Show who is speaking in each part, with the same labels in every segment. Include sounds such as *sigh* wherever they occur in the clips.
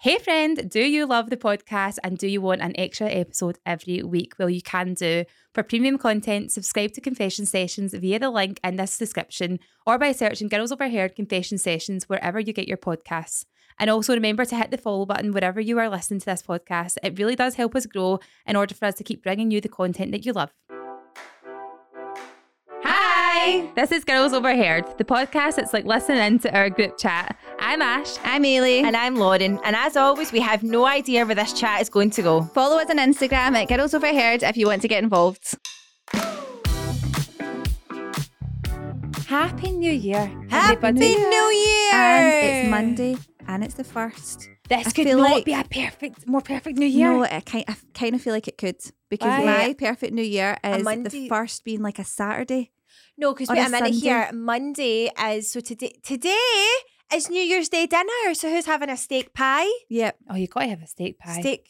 Speaker 1: Hey, friend, do you love the podcast and do you want an extra episode every week? Well, you can do. For premium content, subscribe to Confession Sessions via the link in this description or by searching Girls Overheard Confession Sessions wherever you get your podcasts. And also remember to hit the follow button wherever you are listening to this podcast. It really does help us grow in order for us to keep bringing you the content that you love. Hi, this is Girls Overheard, the podcast that's like listening into our group chat. I'm Ash.
Speaker 2: I'm Ailey.
Speaker 3: And I'm Lauren. And as always, we have no idea where this chat is going to go.
Speaker 2: Follow us on Instagram at Girls Overheard if you want to get involved.
Speaker 1: Happy New Year,
Speaker 3: Happy New
Speaker 1: everybody.
Speaker 3: Year!
Speaker 2: And it's Monday and it's the first.
Speaker 1: This
Speaker 2: I
Speaker 1: could
Speaker 2: feel
Speaker 1: not
Speaker 2: like-
Speaker 1: be a perfect, more perfect New Year.
Speaker 2: No, I kind, I kind of feel like it could because
Speaker 3: Why?
Speaker 2: my perfect New Year is the
Speaker 3: Monday-
Speaker 2: first being like a Saturday.
Speaker 3: No, because
Speaker 2: On
Speaker 3: wait
Speaker 2: a
Speaker 3: a minute
Speaker 2: Sunday.
Speaker 3: here. Monday is so today. Today is New Year's Day dinner. So who's having a steak pie?
Speaker 2: Yep.
Speaker 1: Oh, you gotta have a steak pie.
Speaker 3: Steak.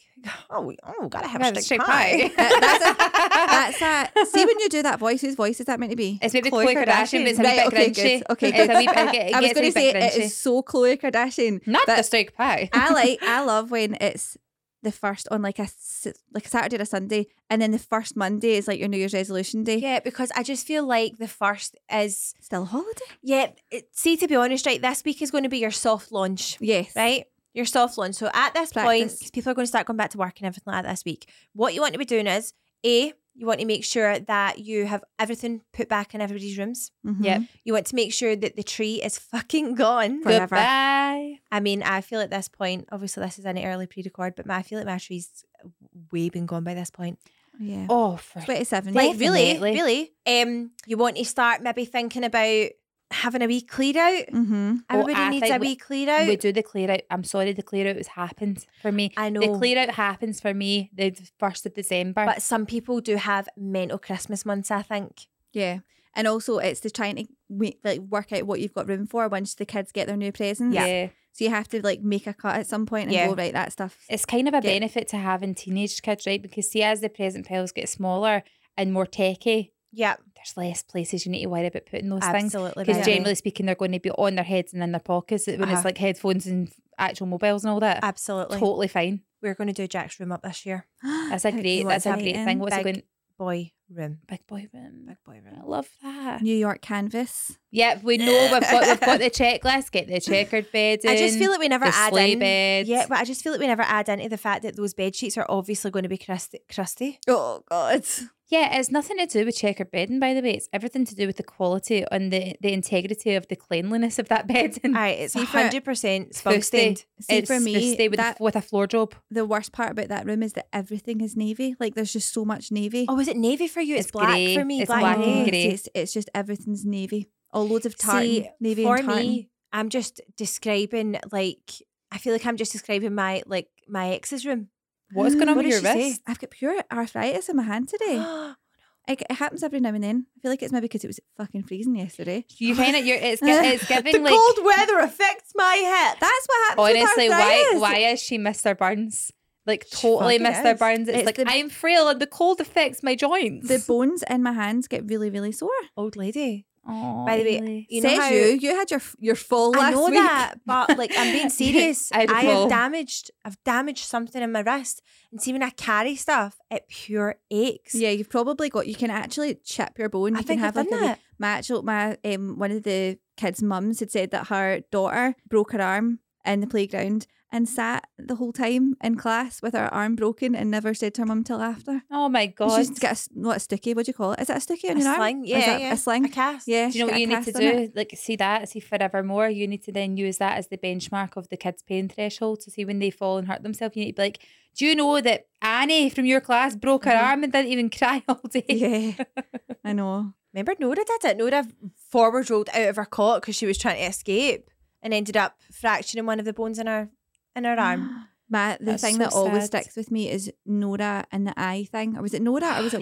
Speaker 3: Oh, we- oh, gotta have
Speaker 1: Gotta have
Speaker 3: a
Speaker 1: a steak
Speaker 3: steak
Speaker 2: *laughs*
Speaker 3: pie.
Speaker 2: Uh, that's a, that's a, see when you do that voice, whose voice is that meant to be?
Speaker 1: *laughs* It's maybe Khloe, Kardashian, but it's a wee
Speaker 2: right,
Speaker 1: bit
Speaker 2: okay,
Speaker 1: grinchy.
Speaker 2: good. Okay,
Speaker 1: it's
Speaker 2: good.
Speaker 1: a
Speaker 2: *laughs*
Speaker 1: wee bit, it
Speaker 3: *laughs*
Speaker 1: gets
Speaker 2: I was
Speaker 1: a
Speaker 2: going
Speaker 1: wee
Speaker 2: to say
Speaker 1: bit
Speaker 2: it
Speaker 1: grinchy.
Speaker 2: is so Khloe Kardashian.
Speaker 1: Not
Speaker 2: but
Speaker 1: the steak pie.
Speaker 3: Uh-huh.
Speaker 1: *laughs*
Speaker 2: I like, I love when it's the first on like a s- like a Saturday or a Sunday, and then the first Monday is like your New Year's resolution day.
Speaker 3: Yeah, because I just feel like the first is
Speaker 2: Still a holiday.
Speaker 3: yeah. It, see, to be honest, right, this week is going to be your soft launch,
Speaker 2: Yes.
Speaker 3: right? Your soft launch. So at this point,
Speaker 2: Practice.
Speaker 3: 'cause people are going to start going back to work and everything like that this week. What you want to be doing is a you want to make sure that you have everything put back in everybody's rooms.
Speaker 2: Mhm.
Speaker 1: Yep.
Speaker 3: You want to make sure that the tree is *laughs* fucking gone.
Speaker 2: forever.
Speaker 1: Goodbye.
Speaker 3: I mean, I feel at this point, obviously this is an early pre-record, but I feel like my tree's way been gone by this point.
Speaker 2: Yeah.
Speaker 1: Oh, for
Speaker 2: 27.
Speaker 3: Like
Speaker 1: Definitely.
Speaker 3: really, really. Um, you want to start maybe thinking about having a wee clear out.
Speaker 2: Mm-hmm.
Speaker 3: Everybody
Speaker 1: I
Speaker 3: needs a
Speaker 1: think
Speaker 3: wee clear out.
Speaker 1: We do the clear out. I'm sorry, the clear out has happened for me.
Speaker 3: I know,
Speaker 1: The clear out happens for me the first of December.
Speaker 3: but some people do have mental Christmas months. I think.
Speaker 2: Yeah. And also, it's the trying to make, like work out what you've got room for once the kids get their new
Speaker 3: mm,
Speaker 2: presents.
Speaker 1: yeah.
Speaker 2: So you have to like make a cut at some point and
Speaker 3: Yeah.
Speaker 2: go right that stuff. *gasps*
Speaker 1: it's kind of a
Speaker 2: Yeah.
Speaker 1: benefit to having teenage kids, right? Because see, as the present piles get smaller and more techy,
Speaker 3: Yeah,
Speaker 1: there's less places you need to worry about putting those things.
Speaker 3: absolutely.
Speaker 1: Because
Speaker 3: right.
Speaker 1: generally speaking, they're going to be on their heads and in their pockets when
Speaker 3: Uh-huh.
Speaker 1: it's like headphones and actual mobiles and all that.
Speaker 3: absolutely,
Speaker 1: Totally
Speaker 3: *gasps*
Speaker 1: fine.
Speaker 3: we're going to do Jack's room up this year.
Speaker 1: That's a great. That's a great thing. What's it
Speaker 3: Big
Speaker 1: going?
Speaker 3: Boy room,
Speaker 1: Big boy room.
Speaker 3: big boy
Speaker 1: I
Speaker 3: room.
Speaker 1: love
Speaker 3: *laughs*
Speaker 1: that.
Speaker 2: New York canvas.
Speaker 1: Yeah, we know we've got we've got the checklist. Get the checkered bed.
Speaker 3: I just
Speaker 1: in,
Speaker 3: feel like we never
Speaker 1: the
Speaker 3: add
Speaker 1: sleigh
Speaker 3: in.
Speaker 1: bed.
Speaker 3: Yeah, but I just feel like we never add into the fact that those bed sheets are obviously going to be crusty. crusty.
Speaker 2: Oh God.
Speaker 1: Yeah, it's nothing to do with checkered bedding, by the way. It's everything to do with the quality and the, the integrity of the cleanliness of that *laughs* bedding.
Speaker 3: All right, it's
Speaker 2: See, for-
Speaker 3: hundred percent spunk
Speaker 1: Fusty.
Speaker 3: stained.
Speaker 2: See
Speaker 1: it's
Speaker 2: for me
Speaker 1: stay with, a-
Speaker 2: that
Speaker 1: with a floor job.
Speaker 2: the worst part about that room is that everything is navy. Like there's just so much navy.
Speaker 3: Oh, is it navy for you? It's,
Speaker 1: It's
Speaker 3: black
Speaker 1: grey.
Speaker 3: for me.
Speaker 1: It's
Speaker 3: black,
Speaker 1: black
Speaker 3: and
Speaker 1: and
Speaker 3: grey.
Speaker 1: grey.
Speaker 2: it's, it's, it's just everything's navy. All loads of tartan,
Speaker 3: See,
Speaker 2: navy
Speaker 3: for
Speaker 2: and tartan.
Speaker 3: me, I'm just describing like I feel like I'm just describing my like my ex's room. *gasps*
Speaker 1: What's going on
Speaker 3: What
Speaker 1: with your
Speaker 3: does she say?
Speaker 1: wrist?
Speaker 2: I've got pure arthritis in my hand today.
Speaker 3: *gasps*
Speaker 2: It, it happens every now and then. I feel like it's maybe because it was fucking freezing yesterday.
Speaker 1: You kind of you're
Speaker 3: *laughs*
Speaker 1: it's gi- it's
Speaker 3: the
Speaker 1: giving like
Speaker 3: cold weather affects my hip.
Speaker 2: That's what happens. with
Speaker 1: honestly why
Speaker 2: arthritis.
Speaker 1: why is she Mr. Burns? Like
Speaker 3: She
Speaker 1: totally
Speaker 3: fucking
Speaker 1: Mr.
Speaker 3: is.
Speaker 1: Burns. It's,
Speaker 2: It's
Speaker 1: like
Speaker 2: the-
Speaker 1: I'm frail and the cold affects my joints.
Speaker 2: the bones in my hands get really, really sore.
Speaker 3: Old lady.
Speaker 1: Aw,
Speaker 3: By the way,
Speaker 1: Ailey.
Speaker 3: you know
Speaker 2: Says
Speaker 3: how
Speaker 2: you, you had your f- your fall
Speaker 3: I
Speaker 2: last
Speaker 3: know
Speaker 2: week.
Speaker 3: that, but like I'm
Speaker 2: *laughs*
Speaker 3: being serious.
Speaker 1: I
Speaker 3: I,
Speaker 1: had a fall.
Speaker 3: have damaged. I've damaged something in my wrist, and see when I carry stuff, it pure aches.
Speaker 2: Yeah, you've probably got. You can actually chip your bone.
Speaker 3: I
Speaker 2: you
Speaker 3: think
Speaker 2: can
Speaker 3: I've
Speaker 2: have
Speaker 3: done
Speaker 2: like a wee-
Speaker 3: that.
Speaker 2: my actual my um one of the kids' mums had said that her daughter broke her arm in the playground and sat the whole time in class with her arm broken and never said to her mum till after.
Speaker 1: Oh my god.
Speaker 2: She just got a, s- not a sticky. What do you call it? Is that a sticky on
Speaker 3: a
Speaker 2: your
Speaker 3: sling.
Speaker 2: arm? Is
Speaker 3: Yeah,
Speaker 2: that
Speaker 3: yeah.
Speaker 2: a sling.
Speaker 3: A cast.
Speaker 2: yeah,
Speaker 1: do
Speaker 2: she's
Speaker 1: you know
Speaker 2: got
Speaker 1: what
Speaker 2: a
Speaker 1: you need to
Speaker 2: cast on
Speaker 1: do?
Speaker 2: it.
Speaker 1: Like see that, see forevermore. You need to then use that as the benchmark of the kids' pain threshold to see when they fall and hurt themselves. You need to be like, do you know that Annie from your class broke her
Speaker 3: Mhm.
Speaker 2: Mm-hmm.
Speaker 1: arm and didn't even cry *laughs* all day?
Speaker 2: *laughs* Yeah,
Speaker 1: *laughs*
Speaker 2: I know.
Speaker 3: Remember Nora did it? Nora forward rolled out of her cot because she was trying to escape and ended up fracturing one of the bones in her in her arm.
Speaker 2: My the
Speaker 1: That's
Speaker 2: thing
Speaker 1: so
Speaker 2: that always
Speaker 1: sad.
Speaker 2: sticks with me is Nora and the eye thing. Or was it Nora or was Oh, it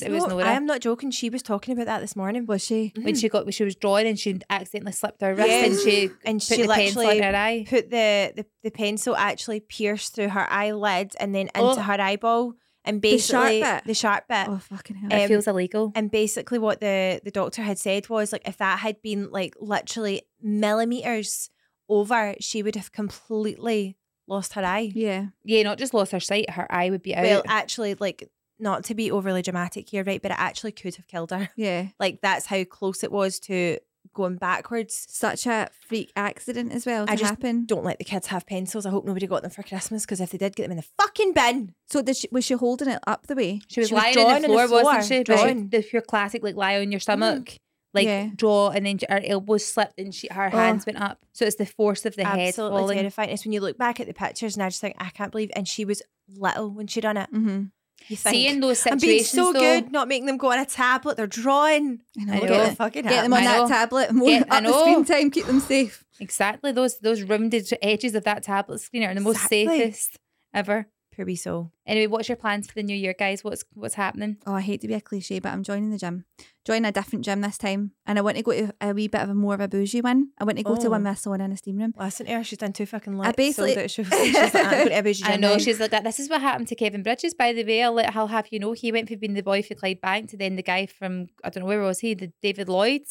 Speaker 1: yes, *gasps* it was
Speaker 3: No,
Speaker 1: Nora.
Speaker 3: I am not joking. She was talking about that this morning. Mm-hmm.
Speaker 2: Was she?
Speaker 1: when she got when she was drawing and she accidentally slipped her wrist and
Speaker 3: Yes.
Speaker 1: she
Speaker 3: And
Speaker 1: put
Speaker 3: she
Speaker 1: the pencil in
Speaker 3: literally
Speaker 1: her eye.
Speaker 3: Put the, the the pencil actually pierced through her eyelid and then into
Speaker 1: Oh.
Speaker 3: her eyeball and
Speaker 2: The sharp
Speaker 3: basically
Speaker 2: bit?
Speaker 3: the sharp bit.
Speaker 2: Oh fucking hell!
Speaker 3: Um,
Speaker 1: it feels illegal.
Speaker 3: And basically what the the doctor had said was like if that had been like literally millimeters over, she would have completely lost her eye.
Speaker 2: Yeah.
Speaker 1: Yeah, not just lost her sight, her eye would be out.
Speaker 3: Well, actually, like not to be overly dramatic here, right? But it actually could have killed her. *laughs*
Speaker 2: Yeah.
Speaker 3: Like that's how close it was to going backwards.
Speaker 2: Such a freak accident as well to
Speaker 3: I just
Speaker 2: happen.
Speaker 3: Don't let the kids have pencils. I hope nobody got them for Christmas because if they did, get them in the fucking bin.
Speaker 2: So did she, was she holding it up the way?
Speaker 1: she was
Speaker 3: she was
Speaker 1: lying on
Speaker 3: drawing
Speaker 1: the
Speaker 3: on the
Speaker 1: floor, wasn't
Speaker 3: floor,
Speaker 1: she?
Speaker 3: drawing.
Speaker 1: The, your classic, like lie on your stomach, like
Speaker 2: Yeah.
Speaker 1: draw, and then her elbows slipped and she, her
Speaker 2: Oh.
Speaker 1: hands went up. So it's the force of the head
Speaker 3: Absolutely
Speaker 1: falling.
Speaker 3: terrifying. It's when you look back at the pictures and I just think I can't believe. And she was little when she done it.
Speaker 2: Mm-hmm.
Speaker 3: You think
Speaker 1: Seeing those
Speaker 3: I'm
Speaker 1: situations,
Speaker 3: being so
Speaker 1: though,
Speaker 3: good, not making them go on a tablet. They're drawing.
Speaker 2: I know.
Speaker 1: I
Speaker 3: Look
Speaker 1: know.
Speaker 3: at
Speaker 2: Get,
Speaker 3: the fucking
Speaker 2: get them
Speaker 3: happen.
Speaker 2: on
Speaker 1: I know.
Speaker 2: that tablet. More *laughs*
Speaker 1: Get-
Speaker 2: up
Speaker 1: I
Speaker 2: the
Speaker 1: know.
Speaker 2: screen time. Keep them safe.
Speaker 1: exactly those those rounded edges of that tablet screen are the most
Speaker 3: Exactly.
Speaker 1: safest ever.
Speaker 3: Poor wee soul.
Speaker 1: Anyway, what's your plans for the new year, guys? What's what's happening?
Speaker 2: oh, I hate to be a cliche, but I'm joining the gym. Joining a different gym this time. And I want to go to a wee bit of a more of a bougie one. I want to go to
Speaker 3: Oh.
Speaker 2: one with a sauna and a steam room.
Speaker 3: Listen to her. She's done two fucking
Speaker 2: I
Speaker 3: lights.
Speaker 2: basically-
Speaker 3: sold out shows. She's like,
Speaker 1: *laughs*
Speaker 3: I'm going to Abuja
Speaker 1: I know
Speaker 3: now.
Speaker 1: she's like that. This is what happened to Kevin Bridges, by the way. I'll, let, I'll have you know he went from being the boy for Clyde Bank to then the guy from I don't know where was he, the David Lloyd.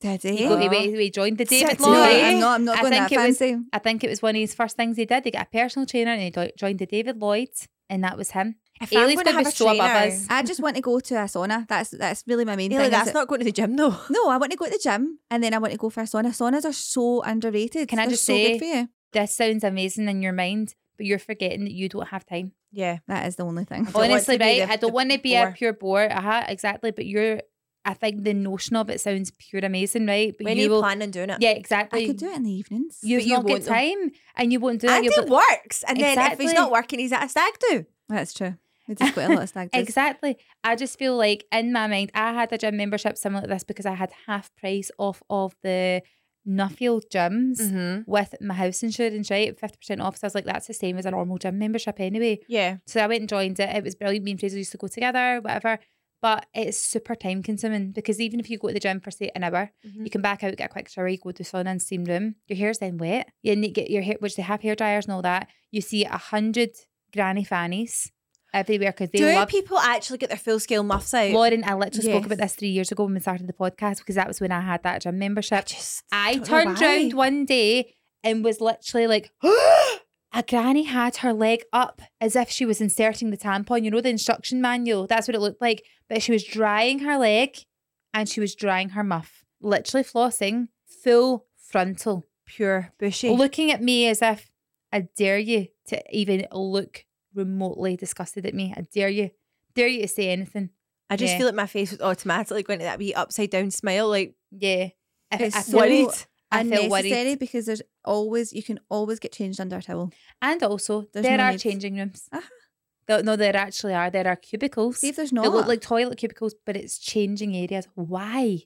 Speaker 2: Did
Speaker 1: He,
Speaker 2: he?
Speaker 1: go, he, went- he joined the David
Speaker 3: Sexy
Speaker 2: No,
Speaker 1: Lloyd.
Speaker 2: I'm not, I'm not
Speaker 1: I
Speaker 2: going
Speaker 1: think
Speaker 2: that
Speaker 1: it was-
Speaker 2: fancy.
Speaker 1: I think it was one of his first things he did. He got a personal trainer and he do- joined the David Lloyd, and that was him.
Speaker 3: If I'm
Speaker 1: Ailey's
Speaker 3: gonna
Speaker 1: going to
Speaker 3: have
Speaker 1: be
Speaker 3: a
Speaker 1: so above
Speaker 3: trainer-
Speaker 1: us.
Speaker 2: I just want to go to a sauna. That's that's really my main
Speaker 3: Ailey,
Speaker 2: thing.
Speaker 3: that's
Speaker 2: is
Speaker 3: not going to the
Speaker 1: *laughs*
Speaker 3: gym though.
Speaker 2: it- no, I want to go to the gym and then I want to go for a sauna. Saunas are so underrated.
Speaker 1: Can I
Speaker 2: They're
Speaker 1: just
Speaker 2: so
Speaker 1: say-
Speaker 2: good for you.
Speaker 1: This sounds amazing in your mind, but you're forgetting that you don't have time.
Speaker 3: Yeah.
Speaker 2: That is the only thing.
Speaker 3: don't want
Speaker 1: Honestly,
Speaker 3: to be
Speaker 1: right?
Speaker 3: the-
Speaker 1: I don't
Speaker 3: the
Speaker 1: want to be a
Speaker 3: bore.
Speaker 1: pure bore. Uh-huh, exactly. But you're, I think the notion of it sounds pure amazing, right? But
Speaker 3: When are
Speaker 1: you
Speaker 3: you
Speaker 1: will,
Speaker 3: plan on doing it?
Speaker 1: yeah, exactly.
Speaker 2: I could do it in the evenings.
Speaker 1: You've
Speaker 3: but you
Speaker 1: not got
Speaker 3: won't, though.
Speaker 1: time, and you won't do it.
Speaker 3: And
Speaker 1: You'll
Speaker 3: it
Speaker 1: be-
Speaker 3: works. And then if
Speaker 1: Exactly.
Speaker 3: he's not working, he's at a stag do.
Speaker 2: That's true. We just quite a
Speaker 1: *laughs*
Speaker 2: lot of stag do's.
Speaker 1: Exactly. I just feel like in my mind, I had a gym membership similar to this because I had half price off of the Nuffield gyms
Speaker 3: Mm-hmm.
Speaker 1: with my house insurance, right? 50% off. So I was like, that's the same as a normal gym membership anyway.
Speaker 3: Yeah.
Speaker 1: So I went and joined it. It was brilliant. Me and Fraser used to go together, whatever. But it's super time consuming because even if you go to the gym for say an hour, Mm-hmm.
Speaker 3: Mm.
Speaker 1: you can back out, get a quick shower, you go to the sauna and steam room. Your hair's then wet. You need to get your hair, which they have hair dryers and all that. You see a hundred granny fannies everywhere because they
Speaker 3: Do
Speaker 1: love
Speaker 3: people actually get their full scale muffs out?
Speaker 1: Lauren, I literally spoke
Speaker 2: Yes.
Speaker 1: about this three years ago when we started the podcast because that was when I had that gym membership.
Speaker 3: Just
Speaker 1: I
Speaker 3: don't know
Speaker 1: turned
Speaker 3: why.
Speaker 1: round one day and was literally like, *gasps* a granny had her leg up as if she was inserting the tampon. You know, the instruction manual, that's what it looked like. But she was drying her leg and she was drying her muff, literally flossing, full frontal,
Speaker 3: pure bushy.
Speaker 1: looking at me as if I dare you to even look remotely disgusted at me. I dare you, dare you to say anything.
Speaker 3: I just
Speaker 1: yeah.
Speaker 3: feel like my face was automatically going to that wee upside down smile, like
Speaker 1: Yeah. I,
Speaker 2: It's
Speaker 1: I
Speaker 2: so
Speaker 1: worried. I feel worried.
Speaker 2: unnecessary because there's always you can always get changed under a towel.
Speaker 1: And also,
Speaker 2: There's
Speaker 1: there
Speaker 2: no
Speaker 1: are
Speaker 2: need.
Speaker 1: changing rooms.
Speaker 2: Uh-huh.
Speaker 1: There- No, there actually are. There are cubicles.
Speaker 2: See
Speaker 1: They
Speaker 2: if there's not.
Speaker 1: look like toilet cubicles, but it's changing areas. Why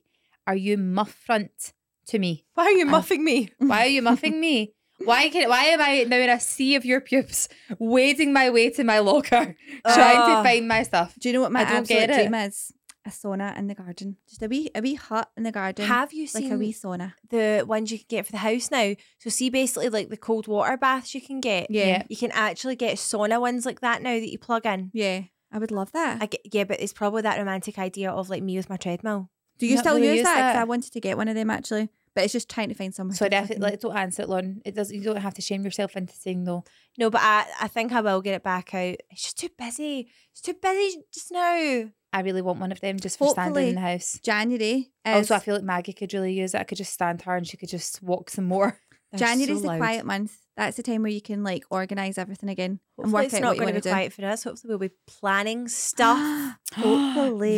Speaker 1: are you muff front to me?
Speaker 3: why are you muffing me?
Speaker 1: Why are you muffing me? Why can why am I now in a sea of your pubes, wading my way to my locker, trying to
Speaker 3: Ah.
Speaker 1: find my stuff?
Speaker 2: Do you know what my
Speaker 1: I don't
Speaker 2: absolute
Speaker 1: get it.
Speaker 2: dream is? A sauna in the garden, just a wee a wee hut in the garden,
Speaker 3: Have you
Speaker 2: like
Speaker 3: seen
Speaker 2: a wee sauna.
Speaker 3: the ones you can get for the house now? So see, basically like the cold water baths you can get.
Speaker 1: Yeah.
Speaker 3: You can actually get sauna ones like that now that you plug in.
Speaker 2: yeah, I would love that.
Speaker 3: I get, yeah, but it's probably that romantic idea of like me with my treadmill.
Speaker 2: Do you
Speaker 1: Not
Speaker 2: still
Speaker 1: really
Speaker 2: use
Speaker 1: use
Speaker 2: that? 'Cause
Speaker 1: that.
Speaker 2: I wanted to get one of them actually, but it's just trying to find somewhere.
Speaker 1: So
Speaker 2: to
Speaker 1: def-
Speaker 2: fucking-
Speaker 1: like, don't answer it, Lauren. It doesn't. You don't have to shame yourself into saying no.
Speaker 3: No, but I, I think I will get it back out. It's just too busy. It's too busy just now.
Speaker 1: I really want one of them just for standing in
Speaker 2: Hopefully.
Speaker 1: the house.
Speaker 2: January is
Speaker 1: Also, Oh, I feel like Maggie could really use it. I could just stand her and she could just walk some more.
Speaker 3: They're
Speaker 2: January's
Speaker 3: so
Speaker 2: the
Speaker 3: loud.
Speaker 2: quiet month. That's the time where you can like organize everything again and
Speaker 3: Hopefully
Speaker 2: work
Speaker 3: it's
Speaker 2: out
Speaker 3: not
Speaker 2: what you
Speaker 3: going
Speaker 2: want to
Speaker 3: to be
Speaker 2: do.
Speaker 3: quiet for us. Hopefully, we'll be
Speaker 2: *gasps*
Speaker 3: planning stuff. Hopefully.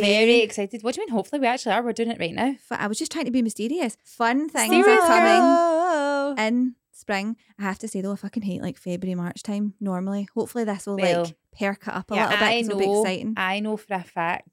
Speaker 1: *gasps* Very excited. What do you mean? Hopefully, we actually are. We're doing it right now.
Speaker 2: But I was just trying to be mysterious. Fun Ah, things
Speaker 1: Serious
Speaker 2: are coming
Speaker 3: girl.
Speaker 2: in spring. I have to say though, I fucking hate like February, March time normally. Hopefully this will
Speaker 1: Well,
Speaker 2: like perk it up a
Speaker 3: yeah,
Speaker 2: little bit. 'cause It'll be exciting.
Speaker 1: I know for a fact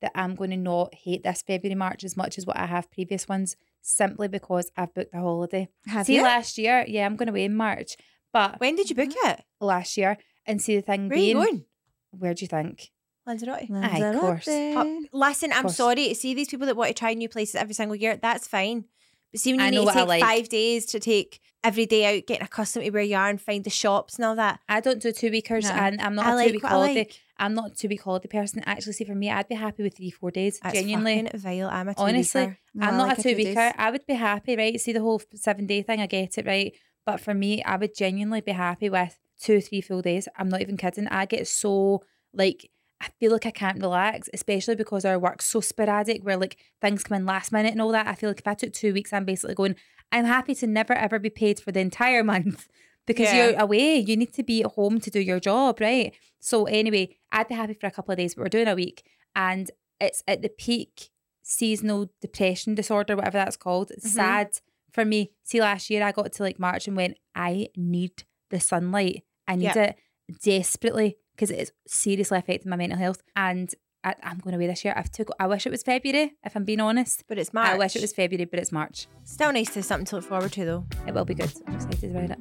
Speaker 1: that I'm going to not hate this February March as much as what I have previous ones, simply because I've booked a holiday.
Speaker 2: have
Speaker 1: see,
Speaker 2: you?
Speaker 1: last year, yeah, I'm going away in March, but
Speaker 3: When did you book
Speaker 2: Mm-hmm.
Speaker 3: it?
Speaker 1: last year, and see the thing
Speaker 3: Where are you
Speaker 1: being,
Speaker 3: going?
Speaker 1: where do you think?
Speaker 3: Lanzarote.
Speaker 1: Aye, of
Speaker 2: Lanzarote.
Speaker 1: course.
Speaker 3: Uh, listen, I'm
Speaker 1: course.
Speaker 3: sorry. See these people that want to try new places every single year. That's fine. But see when
Speaker 1: I
Speaker 3: you
Speaker 1: know
Speaker 3: need to
Speaker 1: what I
Speaker 3: take
Speaker 1: like.
Speaker 3: five days to take every day out, getting accustomed to where you are and find the shops and all that.
Speaker 1: I don't do two weekers,
Speaker 2: No.
Speaker 1: and I'm not
Speaker 3: I
Speaker 1: a two
Speaker 3: like
Speaker 1: week
Speaker 3: what I
Speaker 1: holiday.
Speaker 3: like.
Speaker 1: I'm not a two week holiday person. Actually, see, for me, I'd be happy with three, four days.
Speaker 3: That's
Speaker 1: genuinely,
Speaker 3: fucking vile. I'm a two
Speaker 1: Honestly,
Speaker 3: weeker.
Speaker 2: No,
Speaker 1: I'm
Speaker 2: I
Speaker 1: not
Speaker 2: like
Speaker 1: a
Speaker 2: few
Speaker 1: two
Speaker 2: days.
Speaker 1: weeker. I would be happy, right? See the whole seven day thing. I get it, right? But for me, I would genuinely be happy with two, three full days. I'm not even kidding. I get so like I feel like I can't relax, especially because our work's so sporadic where like things come in last minute and all that. I feel like if I took two weeks, I'm basically going, I'm happy to never ever be paid for the entire *laughs* month because
Speaker 3: Yeah.
Speaker 1: you're away. You need to be at home to do your job, right? So anyway, I'd be happy for a couple of days, but we're doing a week and it's at the peak seasonal depression disorder, whatever that's called. It's
Speaker 3: Mhm.
Speaker 1: sad for me. See, last year I got to like March and went, I need the sunlight. I need
Speaker 3: Yeah.
Speaker 1: it desperately because it's seriously affecting my mental health. And I, I'm going away this year. I've took. I wish it was February. If I'm being honest,
Speaker 3: But it's March.
Speaker 1: I wish it was February, but it's March.
Speaker 3: Still nice to have something to look forward to, though.
Speaker 1: It will be good. I'm excited about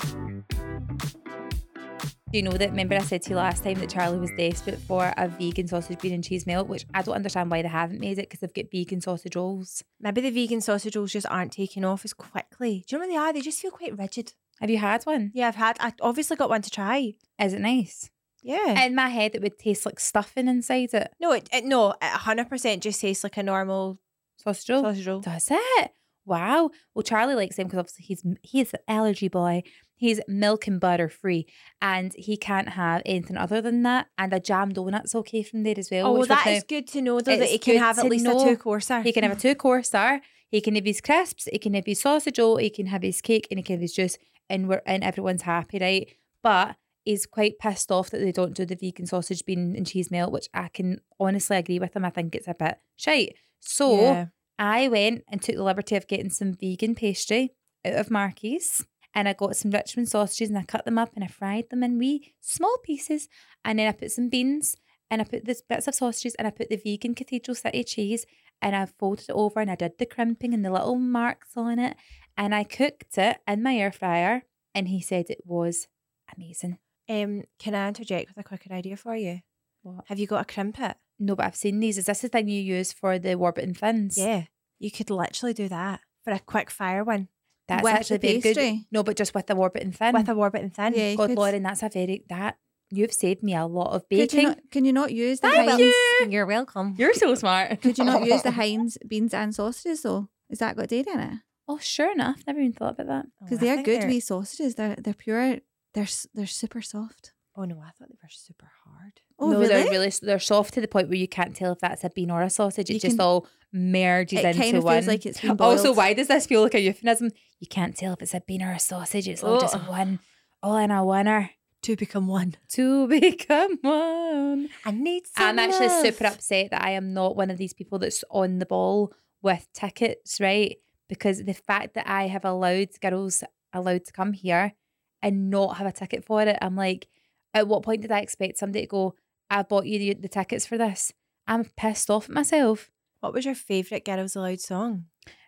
Speaker 1: it. Do you know that? Remember, I said to you last time that Charlie was desperate for a vegan sausage, bean, and cheese melt, which I don't understand why they haven't made it because they've got vegan sausage rolls.
Speaker 3: Maybe the vegan sausage rolls just aren't taking off as quickly. Do you know what they are? They just feel quite rigid.
Speaker 1: Have you had one?
Speaker 3: Yeah, I've had. I obviously got one to try.
Speaker 1: Is it nice?
Speaker 3: Yeah.
Speaker 1: In my head, it would taste like stuffing inside it.
Speaker 3: no, it, it no, it hundred percent just tastes like a normal
Speaker 1: Sausage roll.
Speaker 3: sausage roll.
Speaker 1: Does it? Wow. Well, Charlie likes him because obviously he's he's the allergy boy. He's milk and butter free, and he can't have anything other than that. And a jam donut's okay from there as well.
Speaker 3: Oh,
Speaker 1: which
Speaker 3: that
Speaker 1: we've
Speaker 3: is good to know though that
Speaker 1: It's
Speaker 3: it can
Speaker 1: good
Speaker 3: have at
Speaker 1: to
Speaker 3: least
Speaker 1: know.
Speaker 3: a two courser.
Speaker 1: now- He
Speaker 3: *laughs*
Speaker 1: can have a two courser. He can have his crisps. He can have his sausage roll. He can have his cake, and he can have his juice. And we're and everyone's happy, right? But he's quite pissed off that they don't do the vegan sausage, bean, and cheese melt, which I can honestly agree with him. I think it's a bit shite. So.
Speaker 3: Yeah.
Speaker 1: I went and took the liberty of getting some vegan pastry out of Markey's. And I got some Richmond sausages and I cut them up and I fried them in wee small pieces. And then I put some beans and I put the bits of sausages and I put the vegan Cathedral City cheese and I folded it over and I did the crimping and the little marks on it. And I cooked it in my air fryer. And he said it was amazing.
Speaker 3: Um, can I interject with a quicker idea for you?
Speaker 1: What?
Speaker 3: Have you got a crimpet?
Speaker 1: No, but I've seen these. Is this the thing you use for the Warburton fins?
Speaker 3: Yeah. You could literally do that for a quick fire one
Speaker 1: That's
Speaker 2: With the
Speaker 1: actually very good.
Speaker 2: pastry?
Speaker 1: No, but just with the Warburton fin.
Speaker 3: with a Warburton thin.
Speaker 2: Yeah, you
Speaker 1: God,
Speaker 2: could-
Speaker 1: Lauren, that's a very that you've saved me a lot of
Speaker 2: Could you
Speaker 1: baking.
Speaker 2: not, can you not use the
Speaker 1: Thank
Speaker 2: Heinz?
Speaker 1: you.
Speaker 3: You're welcome.
Speaker 1: You're so smart.
Speaker 2: Could you not
Speaker 1: *laughs*
Speaker 2: use the Heinz beans and sausages though? Has that got dairy in it?
Speaker 1: Oh, sure enough, never even thought about that.
Speaker 2: Because they are good wee sausages. They're they're pure. They're s- they're super soft.
Speaker 3: Oh no, I thought they were super hard.
Speaker 2: Oh
Speaker 1: no,
Speaker 2: really?
Speaker 1: they're really s- they're soft to the point where you can't tell if that's a bean or a sausage. It
Speaker 2: You
Speaker 1: just
Speaker 2: can-
Speaker 1: all merges
Speaker 2: it
Speaker 1: into
Speaker 2: kind of
Speaker 1: one.
Speaker 2: feels like it's been boiled.
Speaker 1: *laughs* also, why does this feel like a euphemism? You can't tell if it's a bean or a sausage. It's all just
Speaker 3: Oh.
Speaker 1: one, all in a winner
Speaker 3: Two become one.
Speaker 1: to *laughs* become one.
Speaker 3: I need.
Speaker 1: I'm actually
Speaker 3: love.
Speaker 1: super upset that I am not one of these people that's on the ball with tickets, right? Because the fact that I have allowed girls allowed to come here and not have a ticket for it, I'm like, at what point did I expect somebody to go, I bought you the, the tickets for this? I'm pissed off at myself.
Speaker 3: What was your favourite Girls Aloud song?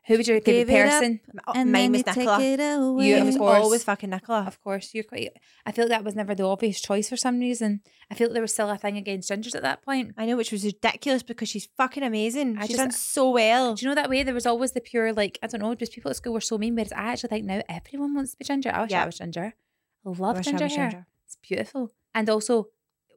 Speaker 1: Who would your favorite
Speaker 2: Give it up.
Speaker 1: person?
Speaker 3: M- oh,
Speaker 2: And then
Speaker 3: Mine was
Speaker 2: you
Speaker 3: Nicola.
Speaker 2: Take it away.
Speaker 1: You-
Speaker 3: It was
Speaker 1: Of course.
Speaker 3: always fucking Nicola.
Speaker 1: Of course, you're quite. I feel like that was never the obvious choice for some reason. I feel like there was still a thing against gingers at that point.
Speaker 3: I know, which was ridiculous because she's fucking amazing.
Speaker 1: I just-
Speaker 3: she's done so well.
Speaker 1: Do you know that way? There was always the pure, like, I don't know, just people at school were so mean, whereas I actually think now everyone wants to be ginger. I wish I
Speaker 3: Yeah.
Speaker 1: was ginger. I
Speaker 3: I
Speaker 1: love
Speaker 3: wish I
Speaker 1: ginger
Speaker 3: was
Speaker 1: hair.
Speaker 3: ginger.
Speaker 1: It's beautiful. And also,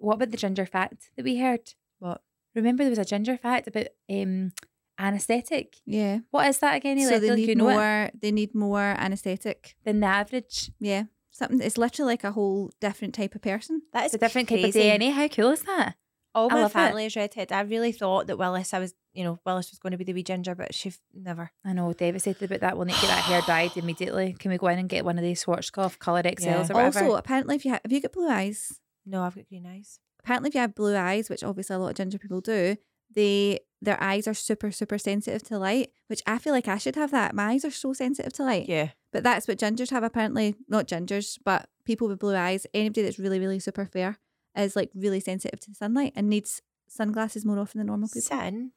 Speaker 1: what about the ginger fact that we heard?
Speaker 3: What?
Speaker 1: Remember there was a ginger fact about um anesthetic.
Speaker 2: Yeah.
Speaker 1: What is that again? Ailey?
Speaker 2: so
Speaker 1: I feel
Speaker 2: they
Speaker 1: like you
Speaker 2: need
Speaker 1: know it
Speaker 2: more. They need more anaesthetic.
Speaker 1: than the average.
Speaker 2: Yeah. Something. It's literally like a whole different type of person.
Speaker 3: That is
Speaker 1: It's a different type
Speaker 3: crazy.
Speaker 1: of DNA. How cool is that?
Speaker 3: All
Speaker 1: I
Speaker 3: my
Speaker 1: love it.
Speaker 3: family is redhead. I really thought that Willis, I was, you know, Willis was going to be the wee ginger, but she f- never.
Speaker 1: I know, devastated about that. We'll need to get that hair
Speaker 3: *gasps*
Speaker 1: dyed immediately. Can we go in and get one of these Schwarzkopf Colour XLs
Speaker 3: Yeah.
Speaker 1: or whatever?
Speaker 2: Also, apparently, if you ha- if you get blue eyes,
Speaker 3: No, I've got green eyes.
Speaker 2: apparently if you have blue eyes, which obviously a lot of ginger people do, they their eyes are super super sensitive to light, which I feel like I should have that. My eyes are so sensitive to light.
Speaker 3: Yeah.
Speaker 2: But that's what gingers have apparently, not gingers, but people with blue eyes, anybody that's really really super fair is like really sensitive to sunlight and needs sunglasses more often than normal people.
Speaker 3: Sin.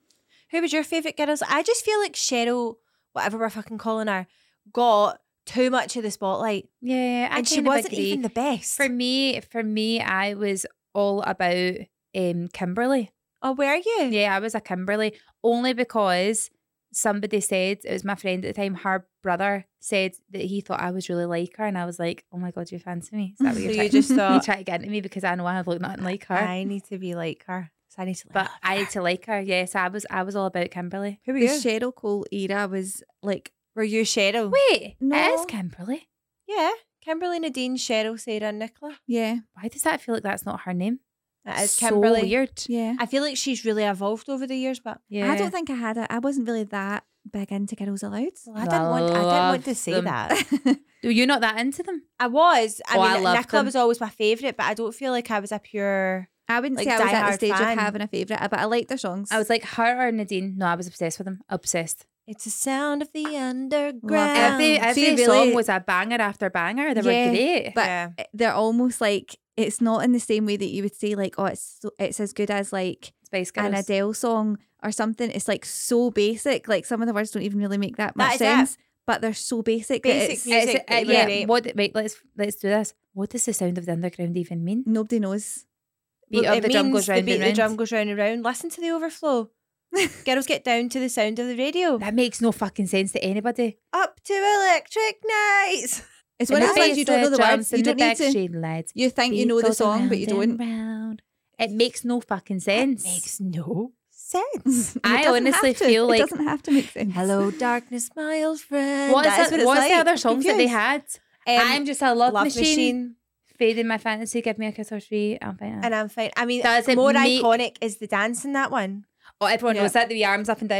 Speaker 3: Who was your favourite girls? I just feel like Cheryl, whatever we're fucking calling her, got too much of the spotlight.
Speaker 1: yeah, I
Speaker 3: and she
Speaker 1: kind of
Speaker 3: wasn't
Speaker 1: agree.
Speaker 3: even the best.
Speaker 1: For me, for me, I was all about um Kimberly.
Speaker 3: oh, were you?
Speaker 1: Yeah, I was a Kimberly only because somebody said it was my friend at the time. Her brother said that he thought I was really like her, and I was like, "Oh my god, you fancy me?" Is that what
Speaker 3: *laughs* So
Speaker 2: *laughs*
Speaker 1: you're
Speaker 3: you
Speaker 1: trying, *laughs*
Speaker 3: just
Speaker 1: you
Speaker 3: thought,
Speaker 1: try to get into me because I know I have looked nothing like her,
Speaker 3: I need to be like her. So I need to like
Speaker 1: but I
Speaker 3: *laughs*
Speaker 1: need to like her. Yes, I was. I was all about Kimberly.
Speaker 3: Who were
Speaker 2: The
Speaker 3: you?
Speaker 2: Cheryl Cole era was like
Speaker 3: were you Cheryl?
Speaker 1: Wait, it is
Speaker 2: No.
Speaker 1: Kimberly.
Speaker 3: Yeah. Kimberly, Nadine, Cheryl, Sarah, and Nicola.
Speaker 2: Yeah.
Speaker 1: Why does that feel like that's not her name?
Speaker 3: That is
Speaker 1: so
Speaker 3: Kimberly.
Speaker 1: weird.
Speaker 2: Yeah.
Speaker 3: I feel like she's really evolved over the years, but
Speaker 1: Yeah.
Speaker 2: I don't think I had it. I wasn't really that big into Girls Aloud.
Speaker 3: well, I didn't want. I didn't want to
Speaker 1: Love
Speaker 3: say
Speaker 1: them. *laughs*
Speaker 3: that.
Speaker 1: Were you not that into them?
Speaker 3: I was. I
Speaker 1: Oh, I
Speaker 3: mean,
Speaker 1: loved
Speaker 3: Nicola
Speaker 1: them.
Speaker 3: was always my favourite, but I don't feel like I was a pure.
Speaker 2: *laughs* I wouldn't
Speaker 3: Like
Speaker 2: say I was at the
Speaker 3: diehard
Speaker 2: stage
Speaker 3: fan.
Speaker 2: of having a favourite, but I liked their songs.
Speaker 1: I was like her or Nadine. No, I was obsessed with them. Obsessed.
Speaker 3: It's the sound of the
Speaker 2: Yeah.
Speaker 3: underground.
Speaker 1: Every
Speaker 2: Um, See,
Speaker 1: every
Speaker 2: really-
Speaker 1: song was a banger after banger. They
Speaker 2: Yeah,
Speaker 1: were great.
Speaker 2: but
Speaker 3: yeah.
Speaker 2: they're almost like it's not in the same way that you would say like, oh, it's so, it's as good as like
Speaker 1: Spice Girls.
Speaker 2: an Adele song or something. It's like so basic. Like some of the words don't even really make that
Speaker 3: That
Speaker 2: much
Speaker 3: is it.
Speaker 2: sense, but they're so basic. that
Speaker 3: Basic
Speaker 2: it's,
Speaker 1: It's-
Speaker 3: music
Speaker 1: uh,
Speaker 3: that you
Speaker 1: yeah.
Speaker 3: rate.
Speaker 1: What? Wait. Let's let's do this. What does the sound of the underground even mean?
Speaker 2: nobody knows.
Speaker 1: Beat
Speaker 3: Well,
Speaker 1: of the drum
Speaker 3: means
Speaker 1: goes
Speaker 3: the
Speaker 1: round
Speaker 3: beat
Speaker 1: and
Speaker 3: of The drum
Speaker 1: round.
Speaker 3: goes round and round. Listen to the
Speaker 1: *laughs*
Speaker 3: overflow. Girls get down to the sound of the radio.
Speaker 1: That makes no fucking sense to anybody.
Speaker 3: Up to electric
Speaker 1: *laughs*
Speaker 3: nights.
Speaker 2: It's
Speaker 1: In
Speaker 2: one
Speaker 1: the
Speaker 2: of those ones
Speaker 1: face,
Speaker 2: you don't know the
Speaker 1: drums,
Speaker 2: words.
Speaker 1: in
Speaker 2: You don't
Speaker 1: the
Speaker 2: need to.
Speaker 1: backstreet lads.
Speaker 2: You think you
Speaker 1: Beat
Speaker 2: know the
Speaker 1: goes
Speaker 2: song, but you
Speaker 1: round and
Speaker 2: don't.
Speaker 1: round. It makes no fucking sense.
Speaker 3: no sense.
Speaker 2: It
Speaker 1: I
Speaker 2: doesn't
Speaker 1: honestly
Speaker 2: have to.
Speaker 1: feel like-
Speaker 2: it doesn't have to make sense.
Speaker 3: *laughs* Hello, darkness, my old friend.
Speaker 1: What is
Speaker 3: That's
Speaker 1: that-
Speaker 3: it's
Speaker 1: what's the
Speaker 3: like.
Speaker 1: other songs that they
Speaker 3: Confused.
Speaker 1: had?
Speaker 3: Um,
Speaker 1: I'm just a love,
Speaker 3: Love
Speaker 1: machine. Fade in my fantasy, give me a kiss or three. I'm fine.
Speaker 3: and I'm fine. I mean,
Speaker 1: Doesn't
Speaker 3: more
Speaker 1: make-
Speaker 3: iconic is the dance in that one.
Speaker 1: oh, everyone
Speaker 3: yeah.
Speaker 1: knows that. The wee arms up and down.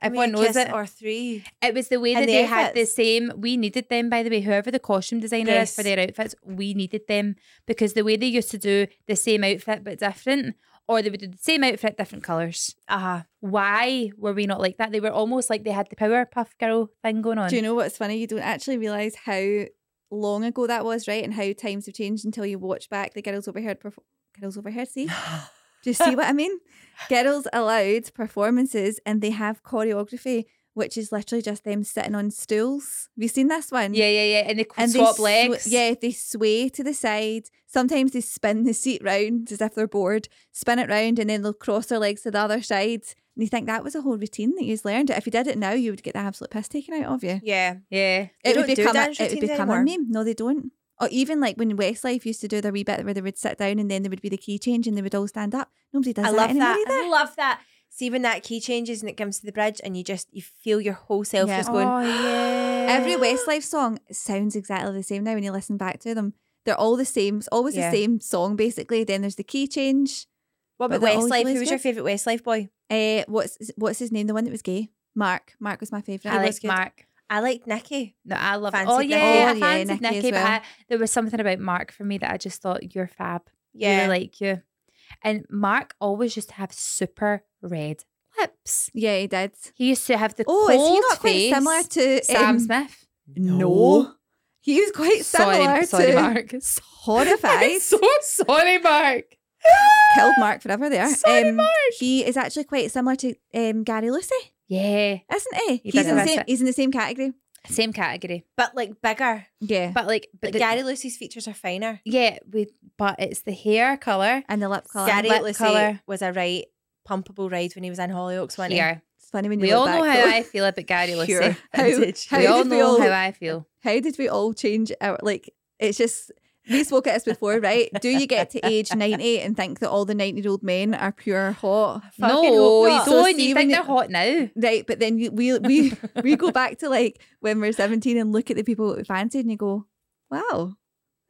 Speaker 3: I mean,
Speaker 1: Everyone knows
Speaker 3: kiss
Speaker 1: it.
Speaker 3: Or three.
Speaker 1: It was the way
Speaker 3: And
Speaker 1: that
Speaker 3: the
Speaker 1: they had the
Speaker 3: outfits.
Speaker 1: same. We needed them, by the way. Whoever the costume designer is for
Speaker 3: Yes.
Speaker 1: their outfits, we needed them because the way they used to do the same outfit but different, or they would do the same outfit, different colours.
Speaker 3: Uh huh.
Speaker 1: Why were we not like that? They were almost like they had the Powerpuff Girl thing going on.
Speaker 2: Do you know what's funny? You don't actually realise how long ago that was, right? And how times have changed until you watch back the Girls Overheard perf- Girls Overheard, see? Do
Speaker 1: *laughs*
Speaker 2: you see what I mean? Girls allowed performances and they have choreography, which is literally just them sitting on stools. Have you seen this one?
Speaker 1: yeah, yeah, yeah. And they
Speaker 2: And
Speaker 1: swap
Speaker 2: they sw-
Speaker 1: legs.
Speaker 2: yeah, they sway to the side. Sometimes they spin the seat round as if they're bored, spin it round, and then they'll cross their legs to the other side. And you think that was a whole routine that you've learned. If you did it now, you would get the absolute piss taken out of you.
Speaker 3: Yeah.
Speaker 1: yeah.
Speaker 3: They
Speaker 2: It would
Speaker 3: don't do
Speaker 2: become a,
Speaker 3: dance
Speaker 2: it would
Speaker 3: routines
Speaker 2: become a
Speaker 3: anymore.
Speaker 2: meme. No, they don't. Or even like when Westlife used to do their wee bit where they would sit down and then there would be the key change and they would all stand up. Nobody does
Speaker 3: I
Speaker 2: that
Speaker 3: love
Speaker 2: anymore
Speaker 3: that.
Speaker 2: either.
Speaker 3: I love that. See when that key changes and it comes to the bridge and you just you feel your whole self
Speaker 2: Yeah.
Speaker 3: just going.
Speaker 1: Oh, yeah.
Speaker 2: Every Westlife song sounds exactly the same now when you listen back to them. They're all the same. It's always
Speaker 3: Yeah.
Speaker 2: the same song basically. Then there's the key change.
Speaker 3: What about
Speaker 2: But they're always
Speaker 3: Westlife? Who was
Speaker 2: good.
Speaker 3: your favourite Westlife boy?
Speaker 2: Uh, what's what's his name? The one that was gay. Mark. Mark was my favourite.
Speaker 1: I
Speaker 3: was
Speaker 1: like
Speaker 3: good.
Speaker 1: Mark.
Speaker 3: I liked Nicky.
Speaker 1: No, I love it.
Speaker 3: Fancied
Speaker 1: Oh
Speaker 3: Nicky.
Speaker 1: yeah,
Speaker 2: Oh,
Speaker 1: I
Speaker 2: yeah,
Speaker 1: fancied
Speaker 2: Nicky
Speaker 1: Nicky,
Speaker 2: as
Speaker 1: but
Speaker 2: well.
Speaker 1: I, there was something about Mark for me that I just thought you're fab. Yeah,
Speaker 3: Yeah.
Speaker 1: like you. And Mark always used to have super red lips.
Speaker 2: yeah, he did.
Speaker 1: He used to have the
Speaker 2: Oh,
Speaker 1: cold
Speaker 2: is he
Speaker 1: face.
Speaker 2: not quite similar to
Speaker 1: Sam
Speaker 2: um,
Speaker 1: Smith?
Speaker 2: No. He was *laughs* quite similar
Speaker 1: Sorry,
Speaker 2: to
Speaker 1: sorry,
Speaker 2: *laughs*
Speaker 1: Mark. *laughs* So-
Speaker 3: *laughs*
Speaker 2: Horrified.
Speaker 1: so sorry, Mark.
Speaker 2: Killed Mark forever there.
Speaker 1: Sorry,
Speaker 2: Um,
Speaker 1: Mark.
Speaker 2: He is actually quite similar to um, Gary Lucy,
Speaker 1: Yeah,
Speaker 2: isn't he?
Speaker 1: He
Speaker 2: he's
Speaker 1: does
Speaker 2: in the
Speaker 1: have
Speaker 2: same.
Speaker 1: it.
Speaker 2: He's in the same category.
Speaker 1: same category,
Speaker 3: but like bigger.
Speaker 2: Yeah,
Speaker 1: but like, but
Speaker 3: But
Speaker 1: the-
Speaker 3: Gary Lucy's features are finer.
Speaker 1: yeah, we, but it's the hair color
Speaker 2: and the lip colour.
Speaker 3: Gary
Speaker 1: lip
Speaker 3: Lucy
Speaker 1: colour.
Speaker 3: was a right pumpable ride when he was in Hollyoaks. One
Speaker 1: here.
Speaker 2: It's funny when you
Speaker 1: We
Speaker 2: look
Speaker 1: all
Speaker 2: back,
Speaker 1: know how
Speaker 2: though.
Speaker 1: I feel about Gary Lucy.
Speaker 3: Pure.
Speaker 2: *laughs* How-
Speaker 3: Vintage.
Speaker 2: how
Speaker 1: we all
Speaker 2: did we
Speaker 1: know
Speaker 2: all-
Speaker 1: how I feel.
Speaker 2: How did we all change our like? It's just we spoke at this before, right? Do you get to age ninety and think that all the ninety-year-old men are pure hot?
Speaker 1: No,
Speaker 3: Fucking hope
Speaker 1: you
Speaker 3: not.
Speaker 2: So
Speaker 1: don't.
Speaker 2: see
Speaker 1: you
Speaker 2: when
Speaker 1: think
Speaker 2: you-
Speaker 1: they're hot now?
Speaker 2: Right, but then you,
Speaker 1: *laughs*
Speaker 2: we we we go back to like when we're seventeen and look at the people that we fancied, and you go, "Wow,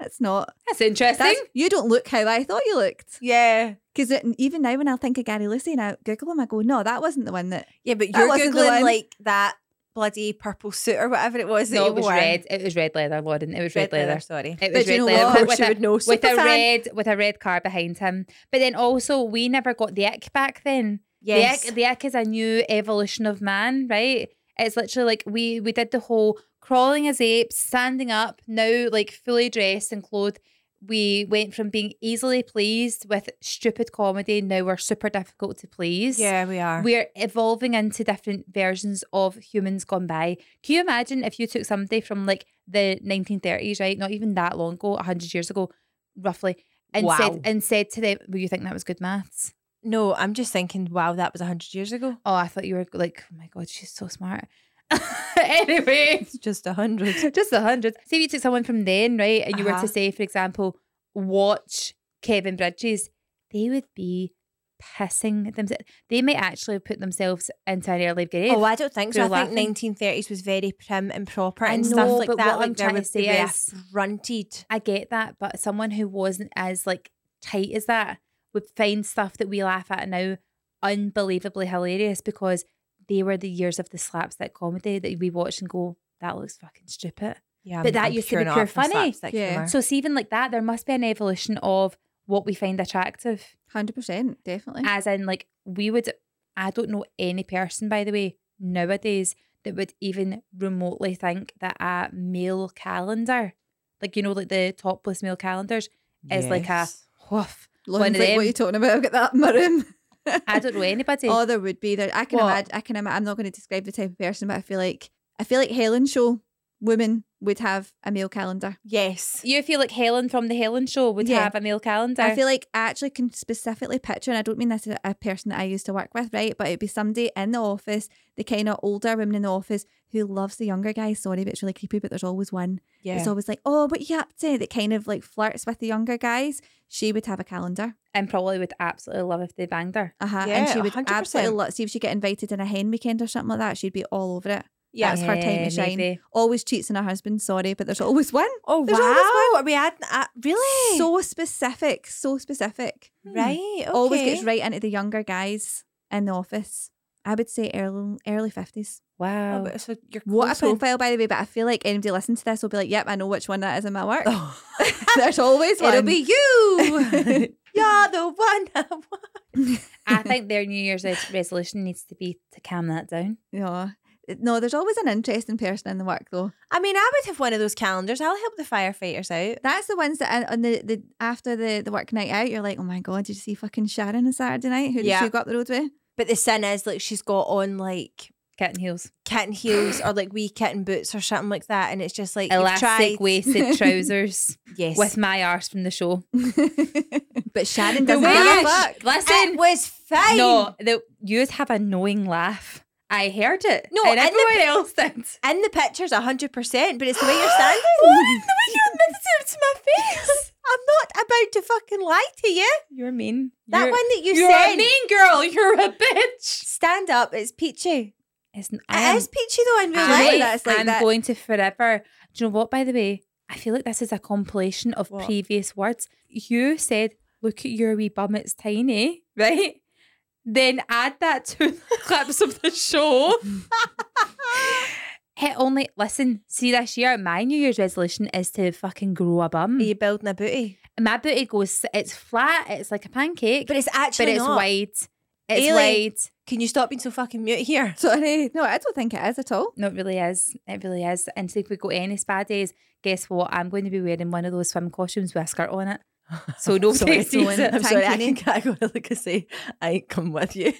Speaker 2: that's not
Speaker 1: That's interesting.
Speaker 2: that's you don't look how I thought you looked."
Speaker 3: Yeah.
Speaker 2: Because even now, when I think of Gary Lucy and I Google him, I go, "Oh, "No, that wasn't the one that."
Speaker 3: Yeah, but
Speaker 2: That
Speaker 3: you're
Speaker 2: wasn't the
Speaker 3: googling
Speaker 2: one.
Speaker 3: like that bloody purple suit or whatever it was. that
Speaker 1: no,
Speaker 3: he
Speaker 1: it was
Speaker 3: wore.
Speaker 1: red. It was red leather, Lauren. It was red,
Speaker 3: Red leather.
Speaker 1: leather.
Speaker 3: Sorry.
Speaker 1: It
Speaker 2: But
Speaker 1: was
Speaker 2: do you
Speaker 1: red
Speaker 2: know
Speaker 1: leather
Speaker 2: what?
Speaker 1: with-
Speaker 2: Of
Speaker 1: with,
Speaker 3: course you
Speaker 1: a,
Speaker 3: would know,
Speaker 1: with a
Speaker 3: superfan.
Speaker 1: red with a red car behind him. But then also we never got the ick back then.
Speaker 3: Yes.
Speaker 1: The ick, the ick is a new evolution of man, right? It's literally like we we did the whole crawling as apes, standing up, now like fully dressed and clothed. We went from being easily pleased with stupid comedy, now we're super difficult to please.
Speaker 3: yeah, we are.
Speaker 1: We're evolving into different versions of humans gone by. Can you imagine if you took somebody from like the 1930s, right? Not even that long ago, 100 years ago, roughly, and
Speaker 3: Wow.
Speaker 1: said and said to them, "Well, you think that was good maths?"
Speaker 3: no, I'm just thinking, wow, that was 100 years ago.
Speaker 1: Oh, I thought you were like, "Oh my god, she's so smart." *laughs* anyway,
Speaker 3: It's just 100.
Speaker 1: just the hundreds. Say if you took someone from then, right, and you were
Speaker 3: Uh-huh.
Speaker 1: to say, for example, watch Kevin Bridges, they would be pissing themselves. They may actually put themselves into an early grave.
Speaker 3: Oh, I don't think so.
Speaker 1: They're
Speaker 3: I
Speaker 1: laughing.
Speaker 3: think 1930s was very prim and proper
Speaker 1: I
Speaker 3: and
Speaker 1: know,
Speaker 3: stuff like
Speaker 1: but
Speaker 3: that.
Speaker 1: what
Speaker 3: like
Speaker 1: I'm
Speaker 3: there
Speaker 1: trying to
Speaker 3: was to
Speaker 1: say
Speaker 3: be
Speaker 1: is-
Speaker 3: affronted.
Speaker 1: I get that, but someone who wasn't as like tight as that would find stuff that we laugh at now unbelievably hilarious because they were the years of the slapstick comedy that we watch and go, that looks fucking stupid.
Speaker 3: Yeah,
Speaker 1: But that used to be
Speaker 3: not
Speaker 1: pure
Speaker 3: for
Speaker 1: funny.
Speaker 3: slapstick
Speaker 2: Yeah.
Speaker 3: humour.
Speaker 1: So, see, even like that, there must be an evolution of what we find attractive,
Speaker 2: Hundred percent, definitely.
Speaker 1: as in, like, we would, I don't know any person, by the way, nowadays that would even remotely think that a male calendar, like, you know, like the topless male calendars, is like a
Speaker 3: Yes.
Speaker 1: woof. one
Speaker 2: Lauren's
Speaker 1: of
Speaker 2: like, what
Speaker 1: them-
Speaker 2: are you talking about? I've got that in my room.
Speaker 1: I
Speaker 2: *laughs*
Speaker 1: don't know anybody.
Speaker 2: Oh, there would be. There, I can
Speaker 1: What?
Speaker 2: imagine. I can. Ima- I'm not going to describe the type of person, but I feel like I feel like Helen Show women would have a male calendar.
Speaker 3: Yes.
Speaker 1: you feel like Helen from the Helen Show would
Speaker 2: Yeah.
Speaker 1: have a male calendar.
Speaker 2: I feel like I actually can specifically picture, and I don't mean this is a person that I used to work with, right? But it'd be somebody in the office, the kind of older woman in the office who loves the younger guy. Sorry, but it's really creepy. But there's always one.
Speaker 3: Yeah.
Speaker 2: It's always like, oh, what you up to? That kind of like flirts with the younger guys. She would have a calendar.
Speaker 1: and probably would absolutely love if they banged her.
Speaker 2: Uh huh. and
Speaker 3: Yeah,
Speaker 2: she would
Speaker 3: 100%.
Speaker 2: absolutely love. See if she get invited in a hen weekend or something like that, she'd be all over it.
Speaker 3: yeah.
Speaker 2: That's her time
Speaker 1: Yeah,
Speaker 2: to shine.
Speaker 1: maybe.
Speaker 2: Always cheats on her husband. Sorry, but there's always one.
Speaker 3: Oh
Speaker 2: There's always
Speaker 3: wow! Are we adding? Uh, really?
Speaker 2: So specific. So specific.
Speaker 1: Hmm.
Speaker 3: right. Okay.
Speaker 2: Always gets right into the younger guys in the office. I would say early early fifties.
Speaker 1: Wow.
Speaker 3: Oh, but so you're
Speaker 2: What a
Speaker 3: close then.
Speaker 2: profile, by the way. But I feel like anybody listening to this will be like, "Yep, I know which one that is in my work." *laughs*
Speaker 3: *laughs*
Speaker 2: there's always one.
Speaker 3: It'll be *laughs*
Speaker 2: *laughs*
Speaker 3: you. You're the one. I want.
Speaker 1: I think their New Year's res- resolution needs to be to calm that down.
Speaker 2: no, no. There's always an interesting person in the work, though.
Speaker 3: I mean, I would have one of those calendars. I'll help the firefighters out.
Speaker 2: That's the ones that uh, on the, the after the, the work night out, you're like, oh my god, did you see fucking Sharon on Saturday night? Who did
Speaker 3: Yeah.
Speaker 2: she go up the road with?
Speaker 3: But the sin is like she's got on like
Speaker 1: Kitten heels,
Speaker 3: kitten heels or like wee kitten boots or something like that, and it's just like you've
Speaker 1: elastic
Speaker 3: tried.
Speaker 1: waisted trousers
Speaker 3: Yes.
Speaker 1: with my arse from the show.
Speaker 2: But *laughs* Sharon
Speaker 3: The
Speaker 2: doesn't
Speaker 3: way
Speaker 2: give a
Speaker 3: I-
Speaker 2: fuck.
Speaker 1: Listen,
Speaker 3: it was fine.
Speaker 1: no, the, you'd have a knowing laugh. I heard it.
Speaker 3: No,
Speaker 1: and
Speaker 3: and the-
Speaker 1: everyone else did.
Speaker 3: In the pictures, hundred percent, but it's the way
Speaker 1: *gasps*
Speaker 3: you're standing.
Speaker 1: What? The way you admitted it to my face.
Speaker 3: *laughs* I'm not about to fucking lie to you.
Speaker 1: *laughs* You're mean.
Speaker 3: That
Speaker 1: you're,
Speaker 3: one that you
Speaker 1: You're
Speaker 3: said.
Speaker 1: a mean girl. You're a bitch.
Speaker 3: Stand up. It's peachy.
Speaker 1: It's, n- I
Speaker 3: It
Speaker 1: am-
Speaker 3: is peachy though in real
Speaker 2: I-
Speaker 3: life.
Speaker 2: know that it's like
Speaker 1: am
Speaker 2: that-
Speaker 1: going to forever. Do you know what? By the way, I feel like this is a compilation of
Speaker 3: What?
Speaker 1: previous words. You said, "Look at your wee bum, it's tiny," *laughs* right? Then add that to *laughs* the clips of the show.
Speaker 3: *laughs*
Speaker 1: It only listen. See this year, my New Year's resolution is to fucking grow a bum.
Speaker 3: Are you building a booty?
Speaker 1: My booty goes. It's flat. It's like a pancake,
Speaker 3: But
Speaker 1: but,
Speaker 3: it's actually
Speaker 1: it's
Speaker 3: not.
Speaker 1: wide. It's
Speaker 3: Really?
Speaker 1: wide.
Speaker 3: Can you stop being so fucking mute
Speaker 2: *laughs*
Speaker 3: here?
Speaker 2: Sorry, no, I don't think it is at all.
Speaker 1: No, it really is. It really is. And so if we go to any spa days, guess what? I'm going to be wearing one of those swim costumes with a skirt on it. So
Speaker 3: *laughs*
Speaker 1: nobody *laughs*
Speaker 3: Sorry,
Speaker 1: sees
Speaker 2: Dawn.
Speaker 1: it.
Speaker 2: I'm sorry, I
Speaker 3: *laughs* I go like I say, I ain't come with you.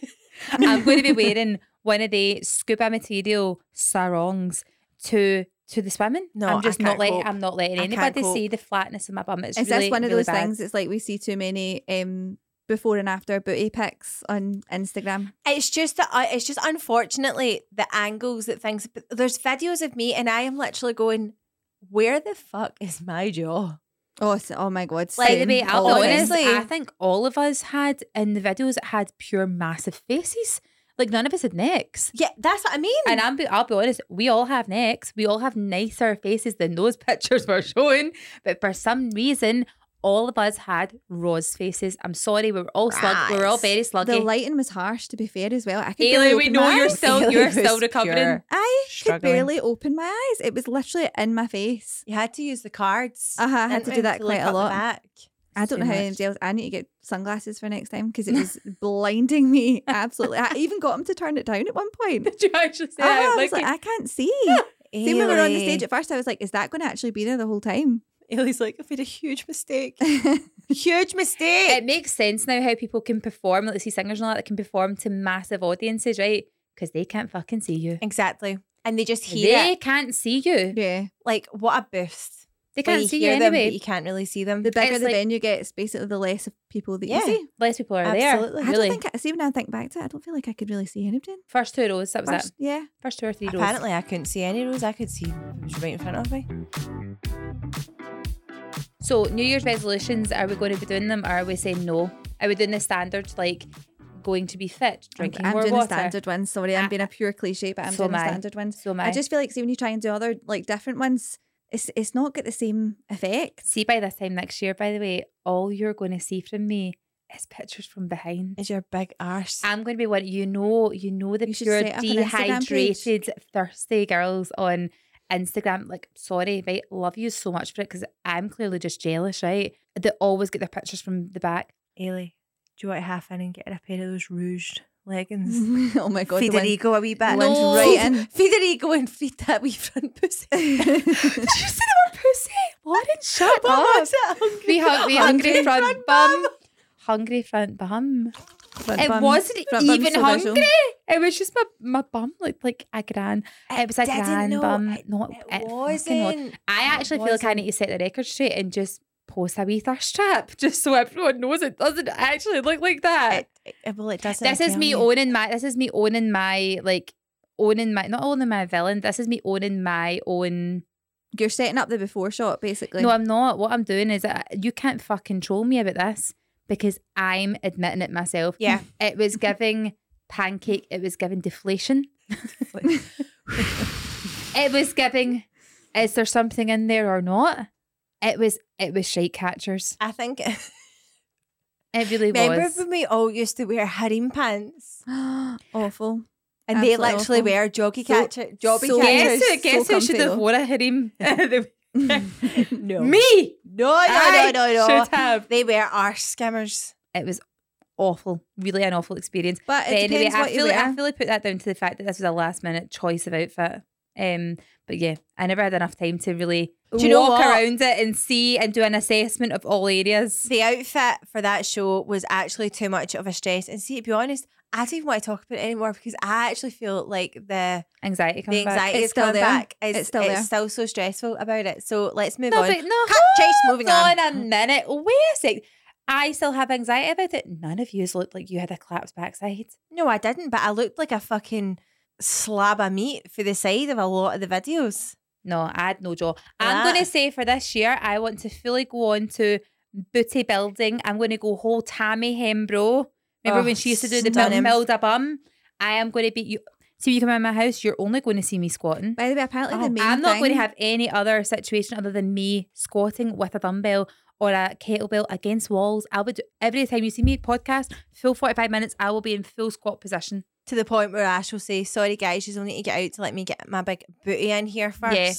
Speaker 1: I'm going to be wearing one of the scuba material sarongs to to the swimming.
Speaker 3: No,
Speaker 1: I'm just
Speaker 3: I
Speaker 1: not
Speaker 3: can't
Speaker 1: letting
Speaker 3: cope.
Speaker 1: I'm not letting
Speaker 3: I can't
Speaker 1: anybody
Speaker 3: cope.
Speaker 1: see the flatness of my bum. It's
Speaker 2: It's
Speaker 1: really,
Speaker 2: just one of
Speaker 1: really
Speaker 2: those
Speaker 1: bad.
Speaker 2: things. It's like we see too many um before and after booty pics on Instagram.
Speaker 3: It's just that I, it's just unfortunately the angles that things. But there's videos of me and I am literally going, where the fuck is my jaw?
Speaker 2: Oh, s- oh my god!
Speaker 3: Like,
Speaker 1: By the
Speaker 2: same, Oh,
Speaker 1: way, I'll
Speaker 2: all of
Speaker 1: be
Speaker 2: them.
Speaker 1: honest,
Speaker 3: Honestly.
Speaker 1: I think all of us had in the videos had pure massive faces. Like none of us had necks.
Speaker 3: Yeah, that's what I mean.
Speaker 1: And I'm be, I'll be honest, we all have necks. We all have nicer faces than those *laughs* pictures were showing. But for some reason, all of us had Roz faces. I'm sorry, we were all slug. We were all
Speaker 3: Right.
Speaker 1: very sluggy.
Speaker 2: the lighting was harsh. To be fair, as well, I could barely
Speaker 1: Ailey, we
Speaker 2: open
Speaker 1: know
Speaker 2: my
Speaker 1: you're
Speaker 2: eyes.
Speaker 1: still
Speaker 2: *laughs*
Speaker 3: Ailey
Speaker 1: you're
Speaker 3: was
Speaker 1: still recovering.
Speaker 3: pure.
Speaker 2: I could
Speaker 3: struggling.
Speaker 2: barely open my eyes. It was literally in my face.
Speaker 3: you had to use the cards.
Speaker 2: Uh-huh, I had
Speaker 3: didn't
Speaker 2: to do
Speaker 3: we,
Speaker 2: that
Speaker 3: look
Speaker 2: quite a
Speaker 3: up the
Speaker 2: lot.
Speaker 3: back?
Speaker 2: I don't
Speaker 1: too
Speaker 2: know how
Speaker 1: much.
Speaker 2: anybody else. I need to get sunglasses for next time
Speaker 1: *laughs*
Speaker 2: because it was blinding me absolutely. I even got him to turn it down at one
Speaker 1: *laughs*
Speaker 2: point.
Speaker 1: Did you actually say
Speaker 2: Ah,
Speaker 1: that?
Speaker 2: I was like,
Speaker 1: Like,
Speaker 2: I can't see. See, when we were on the stage at first, I was like, "Is that going to actually be there the whole time?" *laughs*
Speaker 3: Ailey's like, I've made a huge mistake. huge mistake.
Speaker 1: it makes sense now how people can perform, like see singers and all that, that can perform to massive audiences, right? Because they can't fucking see you.
Speaker 3: exactly. And they just hear
Speaker 1: They
Speaker 3: it.
Speaker 1: can't see you.
Speaker 2: Yeah,
Speaker 3: Like, what a boost.
Speaker 1: They
Speaker 3: When
Speaker 1: can't see you
Speaker 3: hear them, but
Speaker 1: anyway.
Speaker 3: you can't really see them.
Speaker 2: the bigger
Speaker 1: It's
Speaker 2: the
Speaker 1: like-
Speaker 2: venue gets, basically the less of people that
Speaker 3: Yeah.
Speaker 2: you see.
Speaker 1: Less people are
Speaker 3: Absolutely.
Speaker 1: there.
Speaker 3: I
Speaker 2: I
Speaker 1: Really.
Speaker 2: don't think. I See, when I think back to it, I don't feel like I could really see anybody. in
Speaker 1: First two rows, that was
Speaker 2: first-
Speaker 1: it.
Speaker 2: Yeah,
Speaker 1: First two or three rows.
Speaker 3: Apparently, I couldn't see any rows. I could see it was right in front of me.
Speaker 1: So, New Year's resolutions, are we going to be doing them or are we saying no? Are we doing the standard like going to be fit, drinking
Speaker 2: I'm
Speaker 1: more
Speaker 2: doing
Speaker 1: water. Ah,
Speaker 2: the standard one. Sorry, I'm being a pure cliche, but I'm
Speaker 1: So
Speaker 2: doing
Speaker 1: am
Speaker 2: the
Speaker 1: I.
Speaker 2: standard one.
Speaker 1: So my
Speaker 2: I just feel like see when you try and do other like different ones, it's it's not got the same effect.
Speaker 1: see by this time next year. By the way, all you're going to see from me is pictures from behind.
Speaker 3: Is your big arse.
Speaker 1: I'm going to be one. You know, you know the
Speaker 2: You should
Speaker 1: pure
Speaker 2: set up an Instagram page.
Speaker 1: dehydrated, thirsty girls on Instagram. Like, sorry, right? Love you so much for it because I'm clearly just jealous, right? They always get their pictures from the back.
Speaker 3: Ailey, Eh, do you want to half in and get a pair of those rouged *laughs*
Speaker 2: *laughs*
Speaker 3: leggings?
Speaker 2: oh my *laughs* god, the one-
Speaker 3: Federico a wee bit.
Speaker 2: the one's
Speaker 3: *laughs*
Speaker 2: right in.
Speaker 3: Federico and feed that wee front pussy.
Speaker 1: *laughs*
Speaker 2: *laughs*
Speaker 1: Did you say the word pussy? Lauren, shut
Speaker 3: *laughs* What
Speaker 1: up.
Speaker 3: was it? Hungry-
Speaker 2: *laughs*
Speaker 1: We hung, we hungry front
Speaker 3: front
Speaker 1: bum. Hungry front bum.
Speaker 2: front
Speaker 1: It
Speaker 2: bum.
Speaker 1: wasn't
Speaker 2: Front bum's
Speaker 1: even
Speaker 2: so
Speaker 1: hungry.
Speaker 2: visual.
Speaker 1: It was just my, my bum looked like a gran. It was a
Speaker 3: didn't
Speaker 1: gran
Speaker 3: know.
Speaker 1: bum.
Speaker 3: It-
Speaker 1: not
Speaker 3: It
Speaker 1: fucking was.
Speaker 3: wasn't.
Speaker 1: I actually feel like I
Speaker 3: wasn't.
Speaker 1: need to set the record straight and just post a wee thirst trap *laughs* just so everyone knows it doesn't actually look like that.
Speaker 3: It, it- eh, well, it doesn't.
Speaker 1: this
Speaker 3: I
Speaker 1: is
Speaker 3: tell
Speaker 1: me
Speaker 3: you.
Speaker 1: owning my this is me owning my like owning my not owning my villain. This is me owning my own
Speaker 2: You're setting up the before shot basically.
Speaker 1: no, I'm not. What I'm doing is that you can't fucking troll me about this because I'm admitting it myself.
Speaker 3: Yeah.
Speaker 1: It
Speaker 3: *laughs*
Speaker 1: was giving pancake, it was giving deflation. it was giving is there something in there or not? It was it was shite catchers.
Speaker 3: I think.
Speaker 1: It really
Speaker 3: Remember
Speaker 1: was.
Speaker 3: when we all used to wear harem pants?
Speaker 2: *gasps*
Speaker 1: *laughs*
Speaker 2: awful. *laughs*
Speaker 3: And they
Speaker 2: Absolutely
Speaker 3: literally
Speaker 2: awful.
Speaker 3: wear joggy
Speaker 2: So-
Speaker 3: catcher, jobby
Speaker 2: so-
Speaker 1: Guess
Speaker 3: catchers.
Speaker 1: who,
Speaker 2: so
Speaker 1: guess who should
Speaker 2: comfy
Speaker 1: have
Speaker 2: though.
Speaker 1: worn a
Speaker 3: *laughs*
Speaker 1: harem? *laughs*
Speaker 3: no.
Speaker 1: Me!
Speaker 3: No, no, no,
Speaker 1: I
Speaker 3: no, no.
Speaker 1: should have.
Speaker 3: They wear arse skimmers.
Speaker 1: It was awful, really an awful experience.
Speaker 2: But it
Speaker 1: But anyway,
Speaker 2: depends what
Speaker 1: I
Speaker 2: you
Speaker 1: feel like, I
Speaker 2: wear.
Speaker 1: feel like I put that down to the fact that this was a last minute choice of outfit. Um, but yeah, I never had enough time to really
Speaker 3: Do you know
Speaker 1: walk
Speaker 3: what?
Speaker 1: around it and see and do an assessment of all areas.
Speaker 3: The outfit for that show was actually too much of a stress. And see, to be honest, I don't even want to talk about it anymore because I actually feel like the
Speaker 1: Anxiety comes
Speaker 3: the anxiety
Speaker 2: It's
Speaker 3: is
Speaker 2: still
Speaker 3: coming
Speaker 2: there.
Speaker 3: back. It's,
Speaker 2: It's still there.
Speaker 3: still so stressful about it. So let's move
Speaker 1: back. No,
Speaker 3: on.
Speaker 1: but no,
Speaker 3: Cut, chase,
Speaker 1: hold
Speaker 3: moving on.
Speaker 1: a minute. Wait a sec. I still have anxiety about it. None of yous looked like you had a collapsed backside.
Speaker 3: No, I didn't, but I looked like a fucking slab of meat for the side of a lot of the videos.
Speaker 1: No, I had no jaw.
Speaker 3: Ah.
Speaker 1: I'm going to say for this year, I want to fully go on to booty building. I'm going to go whole Tammy Hembro. Remember
Speaker 3: Oh,
Speaker 1: when she used to do the
Speaker 3: stunning.
Speaker 1: build, build a bum? I am going to be you. See, when you come in my house, you're only going to see me squatting.
Speaker 2: By the way, apparently the main
Speaker 1: Oh, I'm not going to
Speaker 2: thing-
Speaker 1: have any other situation other than me squatting with a dumbbell or a kettlebell against walls. I would every time you see me podcast, full 45 minutes, I will be in full squat position.
Speaker 3: To the point where Ash will say, Sorry guys, you'll need to get out to let me get my big booty in here first.
Speaker 1: Yeah.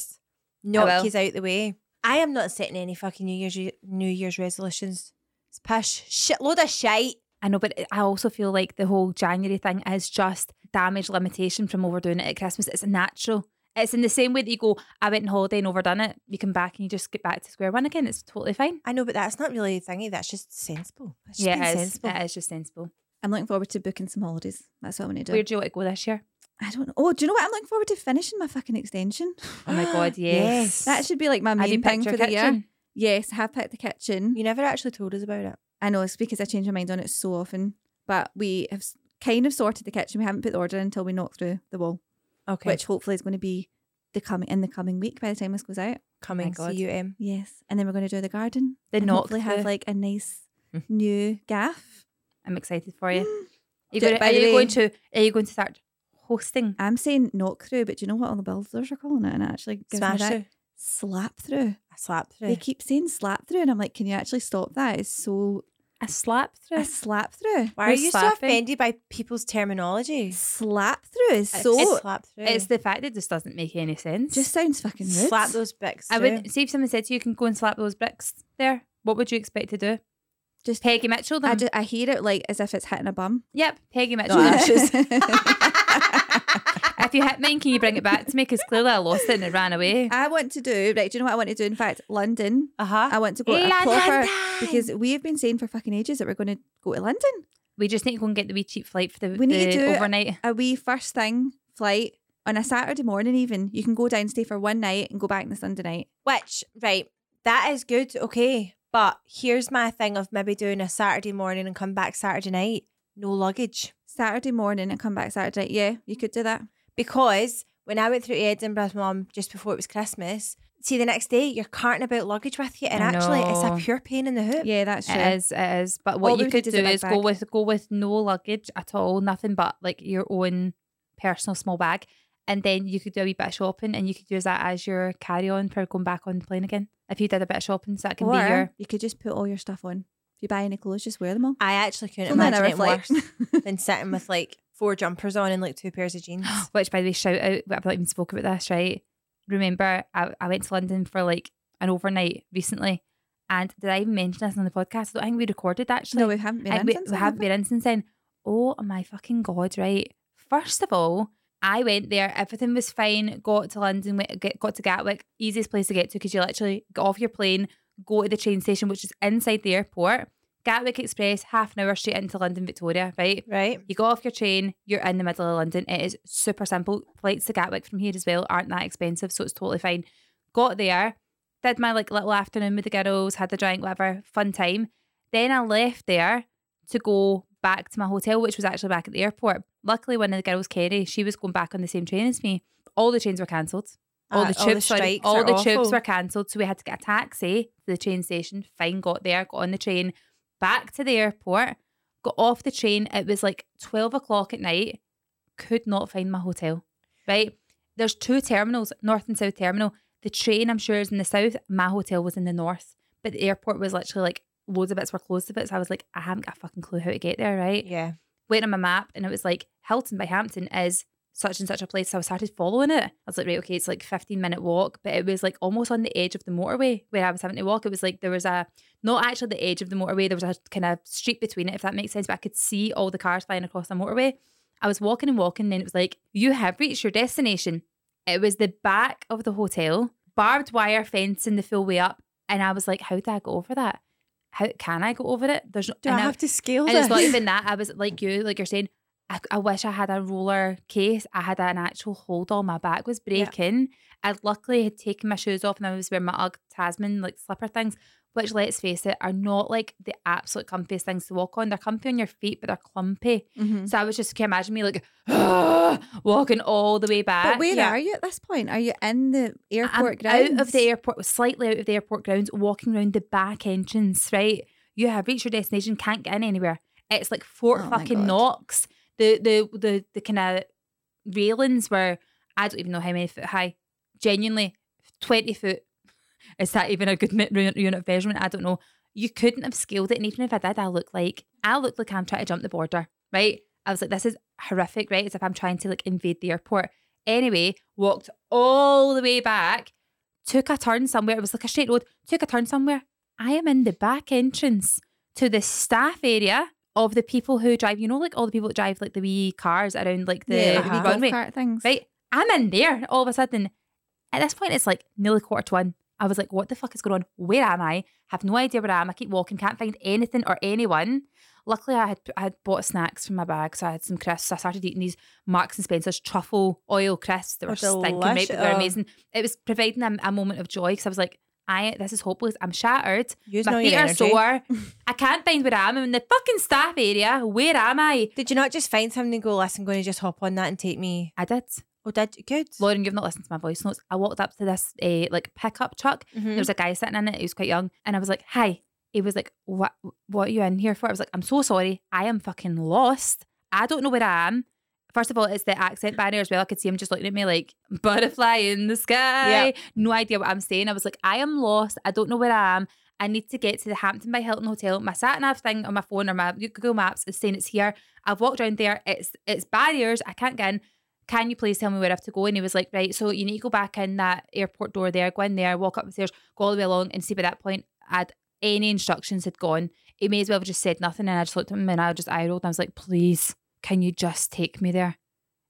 Speaker 3: Knock
Speaker 1: will.
Speaker 3: his out the way. I am not setting any fucking New Year's re- New Year's resolutions. It's pish. Shit load of shite.
Speaker 1: I know, but eh, I also feel like the whole January thing is just damage limitation from overdoing it at Christmas. It's natural. It's in the same way that you go, I went on holiday and overdone it. You come back and you just get back to square one again. It's totally fine.
Speaker 3: I know, but that's not really a thingy. That's just sensible. That's just
Speaker 1: yeah,
Speaker 3: being
Speaker 1: it is.
Speaker 3: sensible.
Speaker 1: It is just sensible.
Speaker 2: I'm looking forward to booking some holidays. That's what I'm going to do.
Speaker 1: Where do you want to go this year?
Speaker 2: I don't know. Oh, do you know what? I'm looking forward to finishing my fucking extension.
Speaker 1: Oh
Speaker 2: *gasps*
Speaker 1: my God, yes.
Speaker 2: That should be like my
Speaker 1: *laughs* Have you
Speaker 2: main thing
Speaker 1: picked
Speaker 2: for
Speaker 1: your
Speaker 2: the year.
Speaker 1: kitchen?
Speaker 2: Yes, I have picked the kitchen.
Speaker 3: You never actually told us about it.
Speaker 2: I know it's because I change my mind on it so often, but we have s- kind of sorted the kitchen. We haven't put the order in until we knock through the wall,
Speaker 3: Okay.
Speaker 2: which hopefully is going to be the coming in the coming week by the time this goes out.
Speaker 3: coming um,
Speaker 1: my God.
Speaker 3: C U M.
Speaker 2: Yes, and then we're going to do the garden.
Speaker 1: The
Speaker 2: and
Speaker 1: knock
Speaker 2: hopefully have
Speaker 1: through. Mm.
Speaker 2: like a nice
Speaker 3: Hmm.
Speaker 2: new gaff.
Speaker 1: I'm excited for
Speaker 2: *gasps*
Speaker 1: you. Are you,
Speaker 2: Do-
Speaker 1: going,
Speaker 2: by
Speaker 1: are
Speaker 2: the
Speaker 1: you
Speaker 2: way-
Speaker 1: going to are you going to start hosting?
Speaker 2: I'm saying knock through, but do you know what all the builders are calling it? And it actually gives me
Speaker 3: Smash
Speaker 2: that
Speaker 3: through.
Speaker 2: slap through.
Speaker 3: I slapped through.
Speaker 2: They keep saying slap through, and I'm like, can you actually stop that? It's so
Speaker 1: A slap through.
Speaker 2: a slap through.
Speaker 3: Why are
Speaker 1: We're
Speaker 3: you so
Speaker 1: slapping.
Speaker 3: offended by people's terminology?
Speaker 2: Slap through is
Speaker 3: It's
Speaker 2: so
Speaker 3: slap through.
Speaker 1: It's the fact that it just doesn't make any sense.
Speaker 2: just sounds fucking rude.
Speaker 3: slap those bicks.
Speaker 1: I
Speaker 3: through.
Speaker 1: would see if someone said to you, you can go and slap those bricks there. What would you expect to do?
Speaker 2: Just
Speaker 1: Peggy Mitchell them.
Speaker 2: I, just, I hear it like as if it's hitting a bum.
Speaker 1: Yep, Peggy Mitchell.
Speaker 3: No, that's just-
Speaker 1: *laughs* if you hit mine, can you bring it back to me? Because clearly I lost it and it ran away.
Speaker 2: *laughs* *laughs* I want to do right. Do you know what I want to do? In fact, London.
Speaker 3: Uh-huh.
Speaker 2: I want to go to a
Speaker 1: London!
Speaker 2: proper because we have been saying for fucking ages that we're going to go to London.
Speaker 1: We just need to go and get the wee cheap flight for the,
Speaker 2: We need
Speaker 1: the
Speaker 2: to do it.
Speaker 1: overnight.
Speaker 2: A wee first thing flight on a Saturday morning. Even you can go down, stay for one night, and go back on the Sunday night.
Speaker 3: Which, right, that is good, okay. But here's my thing of maybe doing a Saturday morning and come back Saturday night. No luggage.
Speaker 2: Saturday morning and come back Saturday. night. Yeah, you could do that.
Speaker 3: Because when I went through Edinburgh's mum just before it was Christmas, see the next day you're carting about luggage with you, and
Speaker 1: I
Speaker 3: actually it's
Speaker 1: know.
Speaker 3: a pure pain in the hoop.
Speaker 2: Yeah, that's true.
Speaker 1: It is, it is. But what
Speaker 2: All
Speaker 1: you
Speaker 2: we
Speaker 1: could
Speaker 2: could
Speaker 1: do
Speaker 2: do is a
Speaker 1: is
Speaker 2: bag
Speaker 1: go
Speaker 2: bag.
Speaker 1: with go with no luggage at all, nothing but like your own personal small bag. And then you could do a wee bit of shopping and you could use that as your carry on for going back on the plane again. If you did a bit of shopping, so that can be your
Speaker 2: Or you could just put all your stuff on. If you buy any clothes, just wear them all.
Speaker 3: I actually couldn't
Speaker 2: Only an
Speaker 3: imagine
Speaker 2: hour
Speaker 3: it
Speaker 2: flight. *laughs*
Speaker 3: worse *laughs* than sitting with like four jumpers on and like two pairs
Speaker 1: *gasps*
Speaker 3: of jeans.
Speaker 1: Which, by the way, shout out, I've not even spoke about this, right? Remember, I, I went to London for like an overnight recently. And did I even mention this on the podcast? I don't think we recorded actually.
Speaker 2: no, we haven't been
Speaker 1: I-
Speaker 2: in
Speaker 1: we,
Speaker 2: since
Speaker 1: we
Speaker 2: then,
Speaker 1: haven't been in since then. Oh my fucking God, right? First of all, I went there, everything was fine, got to London, went, get, got to Gatwick, easiest place to get to because you literally get off your plane, go to the train station, which is inside the airport. Gatwick Express, half an hour straight into London, Victoria, right?
Speaker 3: Right.
Speaker 1: You go off your train, you're in the middle of London. It is super simple. Flights to Gatwick from here as well aren't that expensive, so it's totally fine. Got there, did my like little afternoon with the girls, had a drink, whatever, fun time. Then I left there to go back to my hotel, which was actually back at the airport. Luckily, one of the girls, Kerry, she was going back on the same train as me. All the trains were cancelled. All
Speaker 3: Uh,
Speaker 1: the tubes, sorry,
Speaker 3: strikes
Speaker 1: all
Speaker 3: are
Speaker 1: the tubes
Speaker 3: awful.
Speaker 1: were cancelled. So we had to get a taxi to the train station. Fine, got there, got on the train, back to the airport, got off the train. It was like twelve o'clock at night. Could not find my hotel. Right, there's two terminals, north and south terminal. The train, I'm sure, is in the south. My hotel was in the north, but the airport was literally like loads of bits were closed to bits. I was like, I haven't got a fucking clue how to get there. Right,
Speaker 3: Yeah.
Speaker 1: went on my map and it was like Hilton by Hampton is such and such a place. So I started following it. I was like, right, okay, it's like 15 minute walk, but it was like almost on the edge of the motorway where I was having to walk. It was like there was a not actually the edge of the motorway, there was a kind of street between it, if that makes sense. But I could see all the cars flying across the motorway. I was walking and walking, and then it was like, you have reached your destination. It was the back of the hotel, barbed wire fencing the full way up. And I was like, how do I go over that? How can I go over it? There's no, and I-
Speaker 3: to scale
Speaker 1: and
Speaker 3: *laughs*
Speaker 1: it's not even that. I was like you, like you're saying. I, I wish I had a roller case. I had an actual hold on. My back was breaking. I luckily had taken my shoes off and I was wearing my Ugg Tasman like slipper things, which let's face it, are not like the absolute comfiest things to walk on. They're comfy on your feet, but they're clumpy.
Speaker 2: Mhm.
Speaker 1: So I was just can you imagine me like *gasps* walking all the way back.
Speaker 2: But where
Speaker 3: yeah.
Speaker 2: are you at this point? Are you in the
Speaker 1: I'm
Speaker 2: airport grounds?
Speaker 1: Out of the airport, slightly out of the airport grounds, walking around the back entrance, right? You have reached your destination, can't get in anywhere. It's like Fort
Speaker 2: Oh my
Speaker 1: fucking
Speaker 2: God.
Speaker 1: Knox. The the the the kind of railings were I don't even know how many foot high. Genuinely, twenty foot. *laughs* Is that even a good mi- ru- unit of measurement? I don't know. You couldn't have scaled it, and even if I did, I look like I look like I'm trying to jump the border, right? I was like, this is horrific, right? As if I'm trying to like invade the airport. Anyway, walked all the way back, took a turn somewhere. It was like a straight road, took a turn somewhere. I am in the back entrance to the staff area of the people who drive, you know, like all the people that drive like the wee cars around like the,
Speaker 2: yeah,
Speaker 1: the
Speaker 2: like
Speaker 3: uh-huh.
Speaker 1: wee
Speaker 2: wee golf
Speaker 1: runway.
Speaker 2: cart things.
Speaker 1: Right. I'm in there all of a sudden. At this point, it's like nearly quarter to one. I was like, what the fuck is going on? Where am I? Have no idea where I am. I keep walking, can't find anything or anyone. Luckily, I had I had bought snacks from my bag, so I had some crisps. I started eating these Marks and Spencer's truffle oil crisps that were
Speaker 3: Oh,
Speaker 1: stinking, right? But they're
Speaker 3: delish- oh.
Speaker 1: amazing. It was providing a, a moment of joy because I was like, I this is hopeless. I'm shattered.
Speaker 3: Use
Speaker 1: my
Speaker 3: all
Speaker 1: feet
Speaker 3: your
Speaker 1: are
Speaker 3: energy. *laughs*
Speaker 1: sore. I can't find where I am. I'm in the fucking staff area. Where am I?
Speaker 3: Did you not just find something and go, listen, I'm going to just hop on that and take me?
Speaker 1: I did.
Speaker 3: Oh, did you? Good.
Speaker 1: Lauren, you've not listened to my voice notes. I walked up to this uh, like pickup truck.
Speaker 3: Mm-hmm.
Speaker 1: There was a guy sitting in it. He was quite young, and I was like, "Hi." He was like, "What? What are you in here for?" I was like, "I'm so sorry. I am fucking lost. I don't know where I am." First of all, it's the accent barrier as well. I could see him just looking at me like butterfly in the sky.
Speaker 3: Yeah.
Speaker 1: No idea what I'm saying. I was like, "I am lost. I don't know where I am." I need to get to the Hampton by Hilton Hotel. My sat nav thing on my phone or my Google Maps is saying it's here. I've walked around there. It's it's barriers. I can't get in. Can you please tell me where I have to go? And he was like, right, so you need to go back in that airport door there, go in there, walk up the stairs, go all the way along, and see by that point had any instructions had gone. He may as well have just said nothing. And I just looked at him and I just eye rolled and I was like, please, can you just take me there?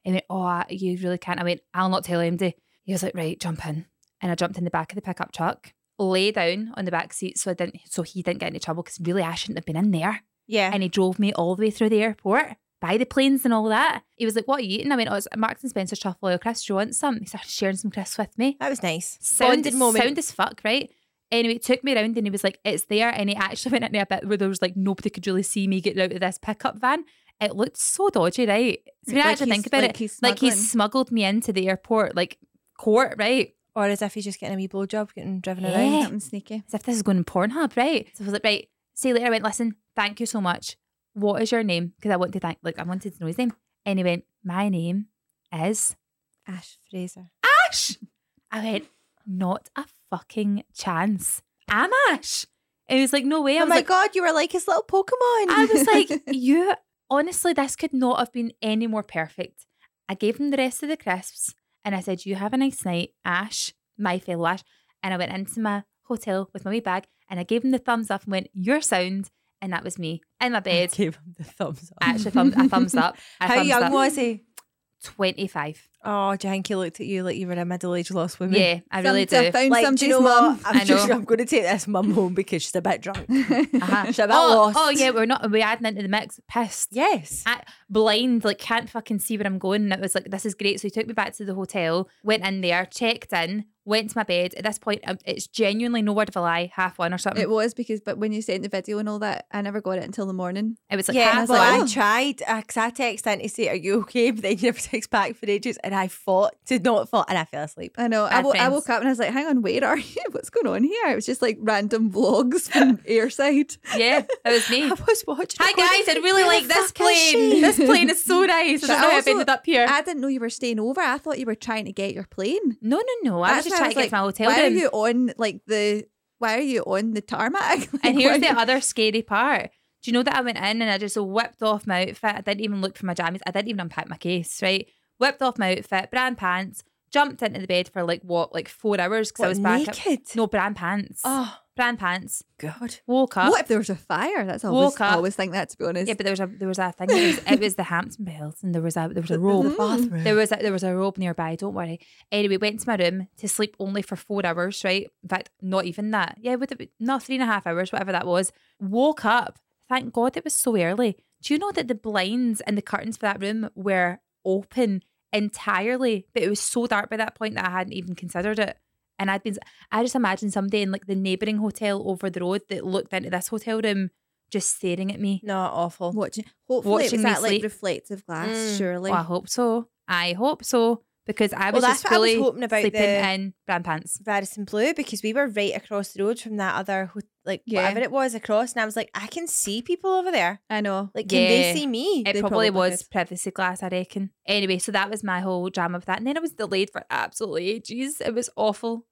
Speaker 1: And he went, oh, I- you really can't. I went, I'll not tell MD. He was like, right, jump in. And I jumped in the back of the pickup truck, lay down on the back seat so I didn't, so he didn't get any trouble because really I shouldn't have been in there
Speaker 3: Yeah.
Speaker 1: and he drove me all the way through the airport by the planes and all that. He was like, "What are you eating?" I went, "Oh, it's Marks and Spencer truffle oil crisps. Do you want some?" He started sharing some crisps with me.
Speaker 3: that was nice.
Speaker 1: Sound,
Speaker 3: Bonded moment.
Speaker 1: sound as fuck, right? Anyway, he took me around and he was like, "It's there." And he actually *laughs* went in there a bit where there was like nobody could really see me getting out of this pickup van. It looked so dodgy, right? So when I
Speaker 2: Like
Speaker 1: actually
Speaker 2: he's-
Speaker 1: think about
Speaker 2: like
Speaker 1: it,
Speaker 2: he's
Speaker 1: like he
Speaker 2: smuggling.
Speaker 1: smuggled me into the airport, like court, right?
Speaker 3: or as if he's just getting a wee blowjob, getting driven
Speaker 1: Yeah.
Speaker 3: around.
Speaker 2: Something sneaky.
Speaker 1: As if this is going on Pornhub, right? So I was like, right, see you later. I went, listen, thank you so much. What is your name? Because I want to thank, like, I wanted to know his name. And he went, my name is
Speaker 2: Ash.
Speaker 3: Fraser.
Speaker 1: Ash. I went, not a fucking chance. I'm Ash. And he was like, no way. I
Speaker 3: oh
Speaker 1: was
Speaker 3: my
Speaker 1: like,
Speaker 3: god, you were like his little Pokemon.
Speaker 1: I was
Speaker 3: *laughs*
Speaker 1: like, you honestly, this could not have been any more perfect. I gave him the rest of the crisps and I said, You have a nice night, Ash, my fellow Ash. And I went into my hotel with my wee bag and I gave him the thumbs up and went, You're sound. And that was me in my bed.
Speaker 3: *laughs* gave him the thumbs up.
Speaker 1: Actually, thumb, a thumbs up. A
Speaker 3: *laughs* How
Speaker 1: thumbs
Speaker 3: young
Speaker 1: up.
Speaker 3: was he?
Speaker 1: 25.
Speaker 3: Oh, Janky looked at you like you were a middle-aged lost woman.
Speaker 1: Yeah, I really
Speaker 2: Some- I
Speaker 1: do.
Speaker 2: found
Speaker 3: Like, do
Speaker 2: somebody's
Speaker 3: you know
Speaker 2: mum.
Speaker 3: what? I'm,
Speaker 1: I know.
Speaker 3: Just, I'm going to take this mum home because she's a
Speaker 1: *laughs*
Speaker 3: bit drunk.
Speaker 1: Uh-huh.
Speaker 3: she's a bit
Speaker 1: Oh,
Speaker 3: lost.
Speaker 1: oh, yeah, we're not, we're adding into the mix. Pissed.
Speaker 3: Yes.
Speaker 1: I, blind, like can't fucking see where I'm going. And it was like, this is great. So he took me back to the hotel, went in there, checked in, went to my bed. At this point, um, it's genuinely no word of a lie, half one or something.
Speaker 2: *laughs* It
Speaker 1: It,
Speaker 2: was because, but when you sent the video and all that, I never got it until the morning.
Speaker 1: was like
Speaker 3: yeah,
Speaker 1: half
Speaker 2: well,
Speaker 1: one.
Speaker 3: but I
Speaker 2: one.
Speaker 3: tried because I texted in to say, "Are you okay?" But then you never *laughs* text back for ages, and I fought to not fought, and I fell asleep.
Speaker 2: I know. I,
Speaker 1: Bad
Speaker 2: wo- I
Speaker 1: friends.
Speaker 2: woke up and I was like, hang on, where are *laughs* you? What's going on here? It was just like random vlogs
Speaker 1: *laughs*
Speaker 2: from airside.
Speaker 1: yeah, it was
Speaker 2: *laughs*
Speaker 1: me.
Speaker 3: I was watching.
Speaker 1: Hi
Speaker 3: it going,
Speaker 1: guys, I really
Speaker 3: "Where
Speaker 1: like
Speaker 3: the
Speaker 1: this
Speaker 3: fuck is
Speaker 1: plane.
Speaker 3: she?"
Speaker 1: *laughs* This plane is so nice. I
Speaker 2: But
Speaker 1: don't know how I've
Speaker 2: also-
Speaker 1: ended up here.
Speaker 2: *laughs* I didn't know you were staying over. I thought you were trying to get your plane.
Speaker 1: no, no, no. I was
Speaker 2: That's
Speaker 1: just
Speaker 2: why
Speaker 1: trying to get to my
Speaker 2: like,
Speaker 1: hotel
Speaker 2: Why
Speaker 1: room.
Speaker 2: are you on like the? Why are you on the tarmac? *laughs* Like,
Speaker 3: *laughs*
Speaker 1: And
Speaker 2: why
Speaker 1: here's
Speaker 2: are
Speaker 1: the
Speaker 2: you-
Speaker 1: other scary part. Do you know that I went in and I just whipped off my outfit? I didn't even look for my jammies. I didn't even unpack my case, right? Whipped off my outfit, brand pants, jumped into the bed for like what, like four hours because I
Speaker 3: What,
Speaker 1: was back up.
Speaker 3: naked.
Speaker 1: No, brand pants.
Speaker 3: Oh
Speaker 1: Brand pants.
Speaker 3: God.
Speaker 1: Woke up.
Speaker 2: What if there was a fire? That's always
Speaker 1: Woke up.
Speaker 2: I always think that to be honest.
Speaker 1: Yeah, but there was a there was a thing. It was, it was the Hampton Bells, and there was a there was a
Speaker 3: Mm.
Speaker 1: robe.
Speaker 3: bathroom.
Speaker 1: There was a, there was a robe nearby. Don't worry. Anyway, went to my room to sleep only for four hours. Right, in fact, not even that. Yeah, would have been- no three and a half hours, whatever that was. Woke up. Thank God it was so early. Do you know that the blinds and the curtains for that room were open entirely? But it was so dark by that point that I hadn't even considered it. And I'd been, I just imagine somebody in like the neighbouring hotel over the road that looked into this hotel room just staring at me.
Speaker 3: no, awful.
Speaker 2: watching. Hopefully, it
Speaker 1: Watching
Speaker 2: was
Speaker 1: me
Speaker 2: that like
Speaker 1: sleep.
Speaker 2: reflective glass.
Speaker 3: Mm.
Speaker 2: Surely.
Speaker 1: Well, Oh, I hope so. I hope so because I was
Speaker 3: well, that's
Speaker 1: just
Speaker 3: what I was
Speaker 1: fully
Speaker 3: hoping about
Speaker 1: sleeping
Speaker 3: the
Speaker 1: in brown pants.
Speaker 3: Radisson Blue because we were right across the road from that other, ho- like
Speaker 2: Yeah.
Speaker 3: whatever it was across, and I was like, I can see people over there.
Speaker 2: I know. *laughs*
Speaker 3: Like, can they
Speaker 1: Yeah.
Speaker 3: see me?
Speaker 1: It
Speaker 2: They
Speaker 1: probably
Speaker 2: probably
Speaker 1: was
Speaker 2: could.
Speaker 1: privacy glass, I reckon. Anyway, so that was my whole drama with that, and then I was delayed for absolutely ages. It was awful.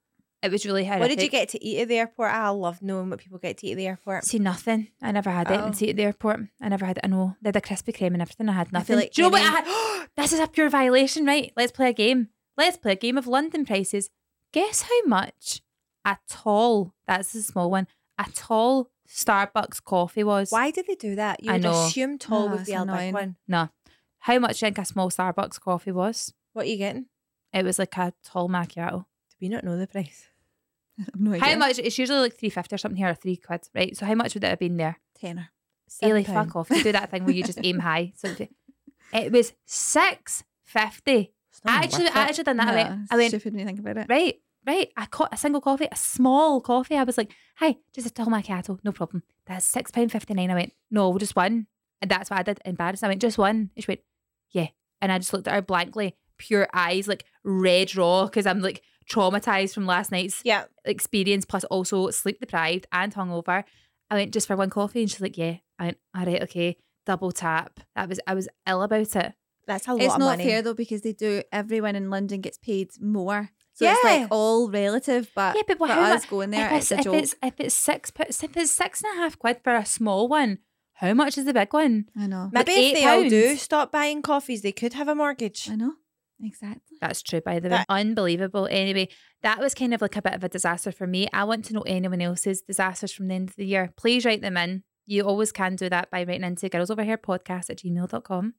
Speaker 1: It was really horrific.
Speaker 3: What did you get to eat at the airport? I love knowing what people get to eat at the airport.
Speaker 1: See nothing. I never had it.
Speaker 3: Oh.
Speaker 1: And see at the airport, I never had it. I know they had a Krispy Kreme and everything. I had nothing.
Speaker 2: like
Speaker 1: Do you know what? I
Speaker 2: maybe-
Speaker 1: had? this is a pure violation, right? Let's play a game. Let's play a game of London prices. Guess how much a tall? That's a small one. A tall Starbucks coffee was.
Speaker 3: *gasps* Why did they do that? You
Speaker 1: I
Speaker 3: would
Speaker 1: know.
Speaker 3: assume tall
Speaker 2: Oh,
Speaker 3: would be
Speaker 2: that's
Speaker 3: a big
Speaker 2: annoying.
Speaker 3: one.
Speaker 1: No. How much do you think a small Starbucks coffee was?
Speaker 3: What are you getting?
Speaker 1: It was like a tall macchiato.
Speaker 3: Do we not know the price?
Speaker 2: I've no
Speaker 1: How
Speaker 2: idea.
Speaker 1: much? It's usually like three fifty or something here, or three quid, right? So how much would it have been there?
Speaker 2: Tenner.
Speaker 1: Ailey,
Speaker 3: Seven pound.
Speaker 1: fuck off! You do that thing where you just aim high. So if you- it was six fifty.
Speaker 3: It's
Speaker 1: I
Speaker 3: not
Speaker 1: actually,
Speaker 3: worth
Speaker 1: I
Speaker 3: it.
Speaker 1: actually done that. I
Speaker 2: Nah,
Speaker 1: went,
Speaker 2: it's
Speaker 1: I went
Speaker 2: stupid when you think about it.
Speaker 1: right, right. I caught a single coffee, a small coffee. I was like, "Hi, just a tall macchiato, no problem." That's six pound fifty nine. I went, "No, just one," and that's what I did. Embarrassed, I went, "Just one." And she went, "Yeah," and I just looked at her blankly, pure eyes like red raw because I'm like traumatized from last night's
Speaker 3: yeah.
Speaker 1: experience, plus also sleep deprived and hungover. I went just for one coffee, and she's like, "Yeah." I went, "All right, okay." Double tap. That was I was ill about it.
Speaker 3: That's a lot
Speaker 2: It's
Speaker 3: of
Speaker 2: not
Speaker 3: money.
Speaker 2: fair though because they do. Everyone in London gets paid more. So it's like
Speaker 3: Yeah.
Speaker 2: all relative. But
Speaker 1: Yeah, but
Speaker 2: for
Speaker 1: how mu-
Speaker 2: us going there,
Speaker 1: if it's,
Speaker 2: it's a
Speaker 1: if
Speaker 2: joke.
Speaker 1: it's if it's six pu- if it's six and a half quid for a small one, how much is the big one?
Speaker 2: I know.
Speaker 1: like
Speaker 3: Maybe if
Speaker 1: eight
Speaker 3: they all do
Speaker 1: pounds.
Speaker 3: stop buying coffees, they could have a mortgage.
Speaker 2: I know. Exactly.
Speaker 1: That's true, by the way.
Speaker 3: That-
Speaker 1: Unbelievable. Anyway, that was kind of like a bit of a disaster for me. I want to know anyone else's disasters from the end of the year. Please write them in. You always can do that by writing into girlsoverhairpodcast at gmail.com.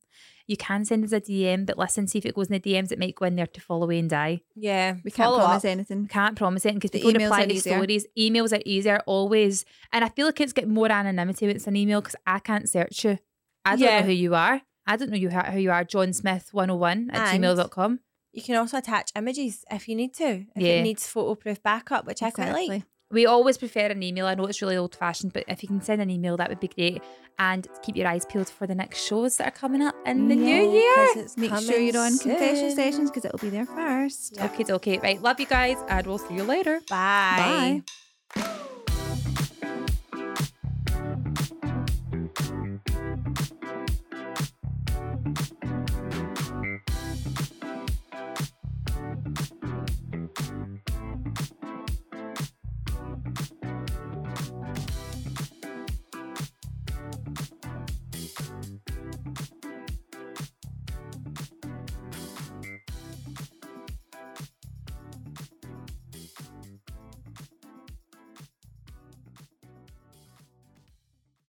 Speaker 1: You can send us a DM, but listen, see if it goes in the DMs, it might go in there to follow away and die.
Speaker 3: Yeah,
Speaker 2: We can't
Speaker 3: follow
Speaker 2: promise
Speaker 3: up.
Speaker 1: We
Speaker 2: anything.
Speaker 1: can't promise it because
Speaker 2: The
Speaker 1: people
Speaker 2: emails
Speaker 1: reply
Speaker 2: are
Speaker 1: to
Speaker 2: easier.
Speaker 1: stories. Emails are easier always. And I feel like it's getting more anonymity when it's an email because I can't search you. I don't
Speaker 3: Yeah.
Speaker 1: know who you are. I don't know you ha- who you are. John Smith 101 at
Speaker 3: And-
Speaker 1: gmail.com.
Speaker 3: You can also attach images if you need to. If
Speaker 1: Yeah.
Speaker 3: it needs photo proof backup, which I quite like.
Speaker 2: Exactly.
Speaker 1: We always prefer an email. I know it's really old fashioned, but if you can send an email, that would be great. And keep your eyes peeled for the next shows that are coming up in the new year.
Speaker 2: Make sure you're on confession sessions because it'll be there first.
Speaker 1: Okay, okay. Right. Love you guys, and we'll see you later.
Speaker 3: Bye.
Speaker 2: Bye.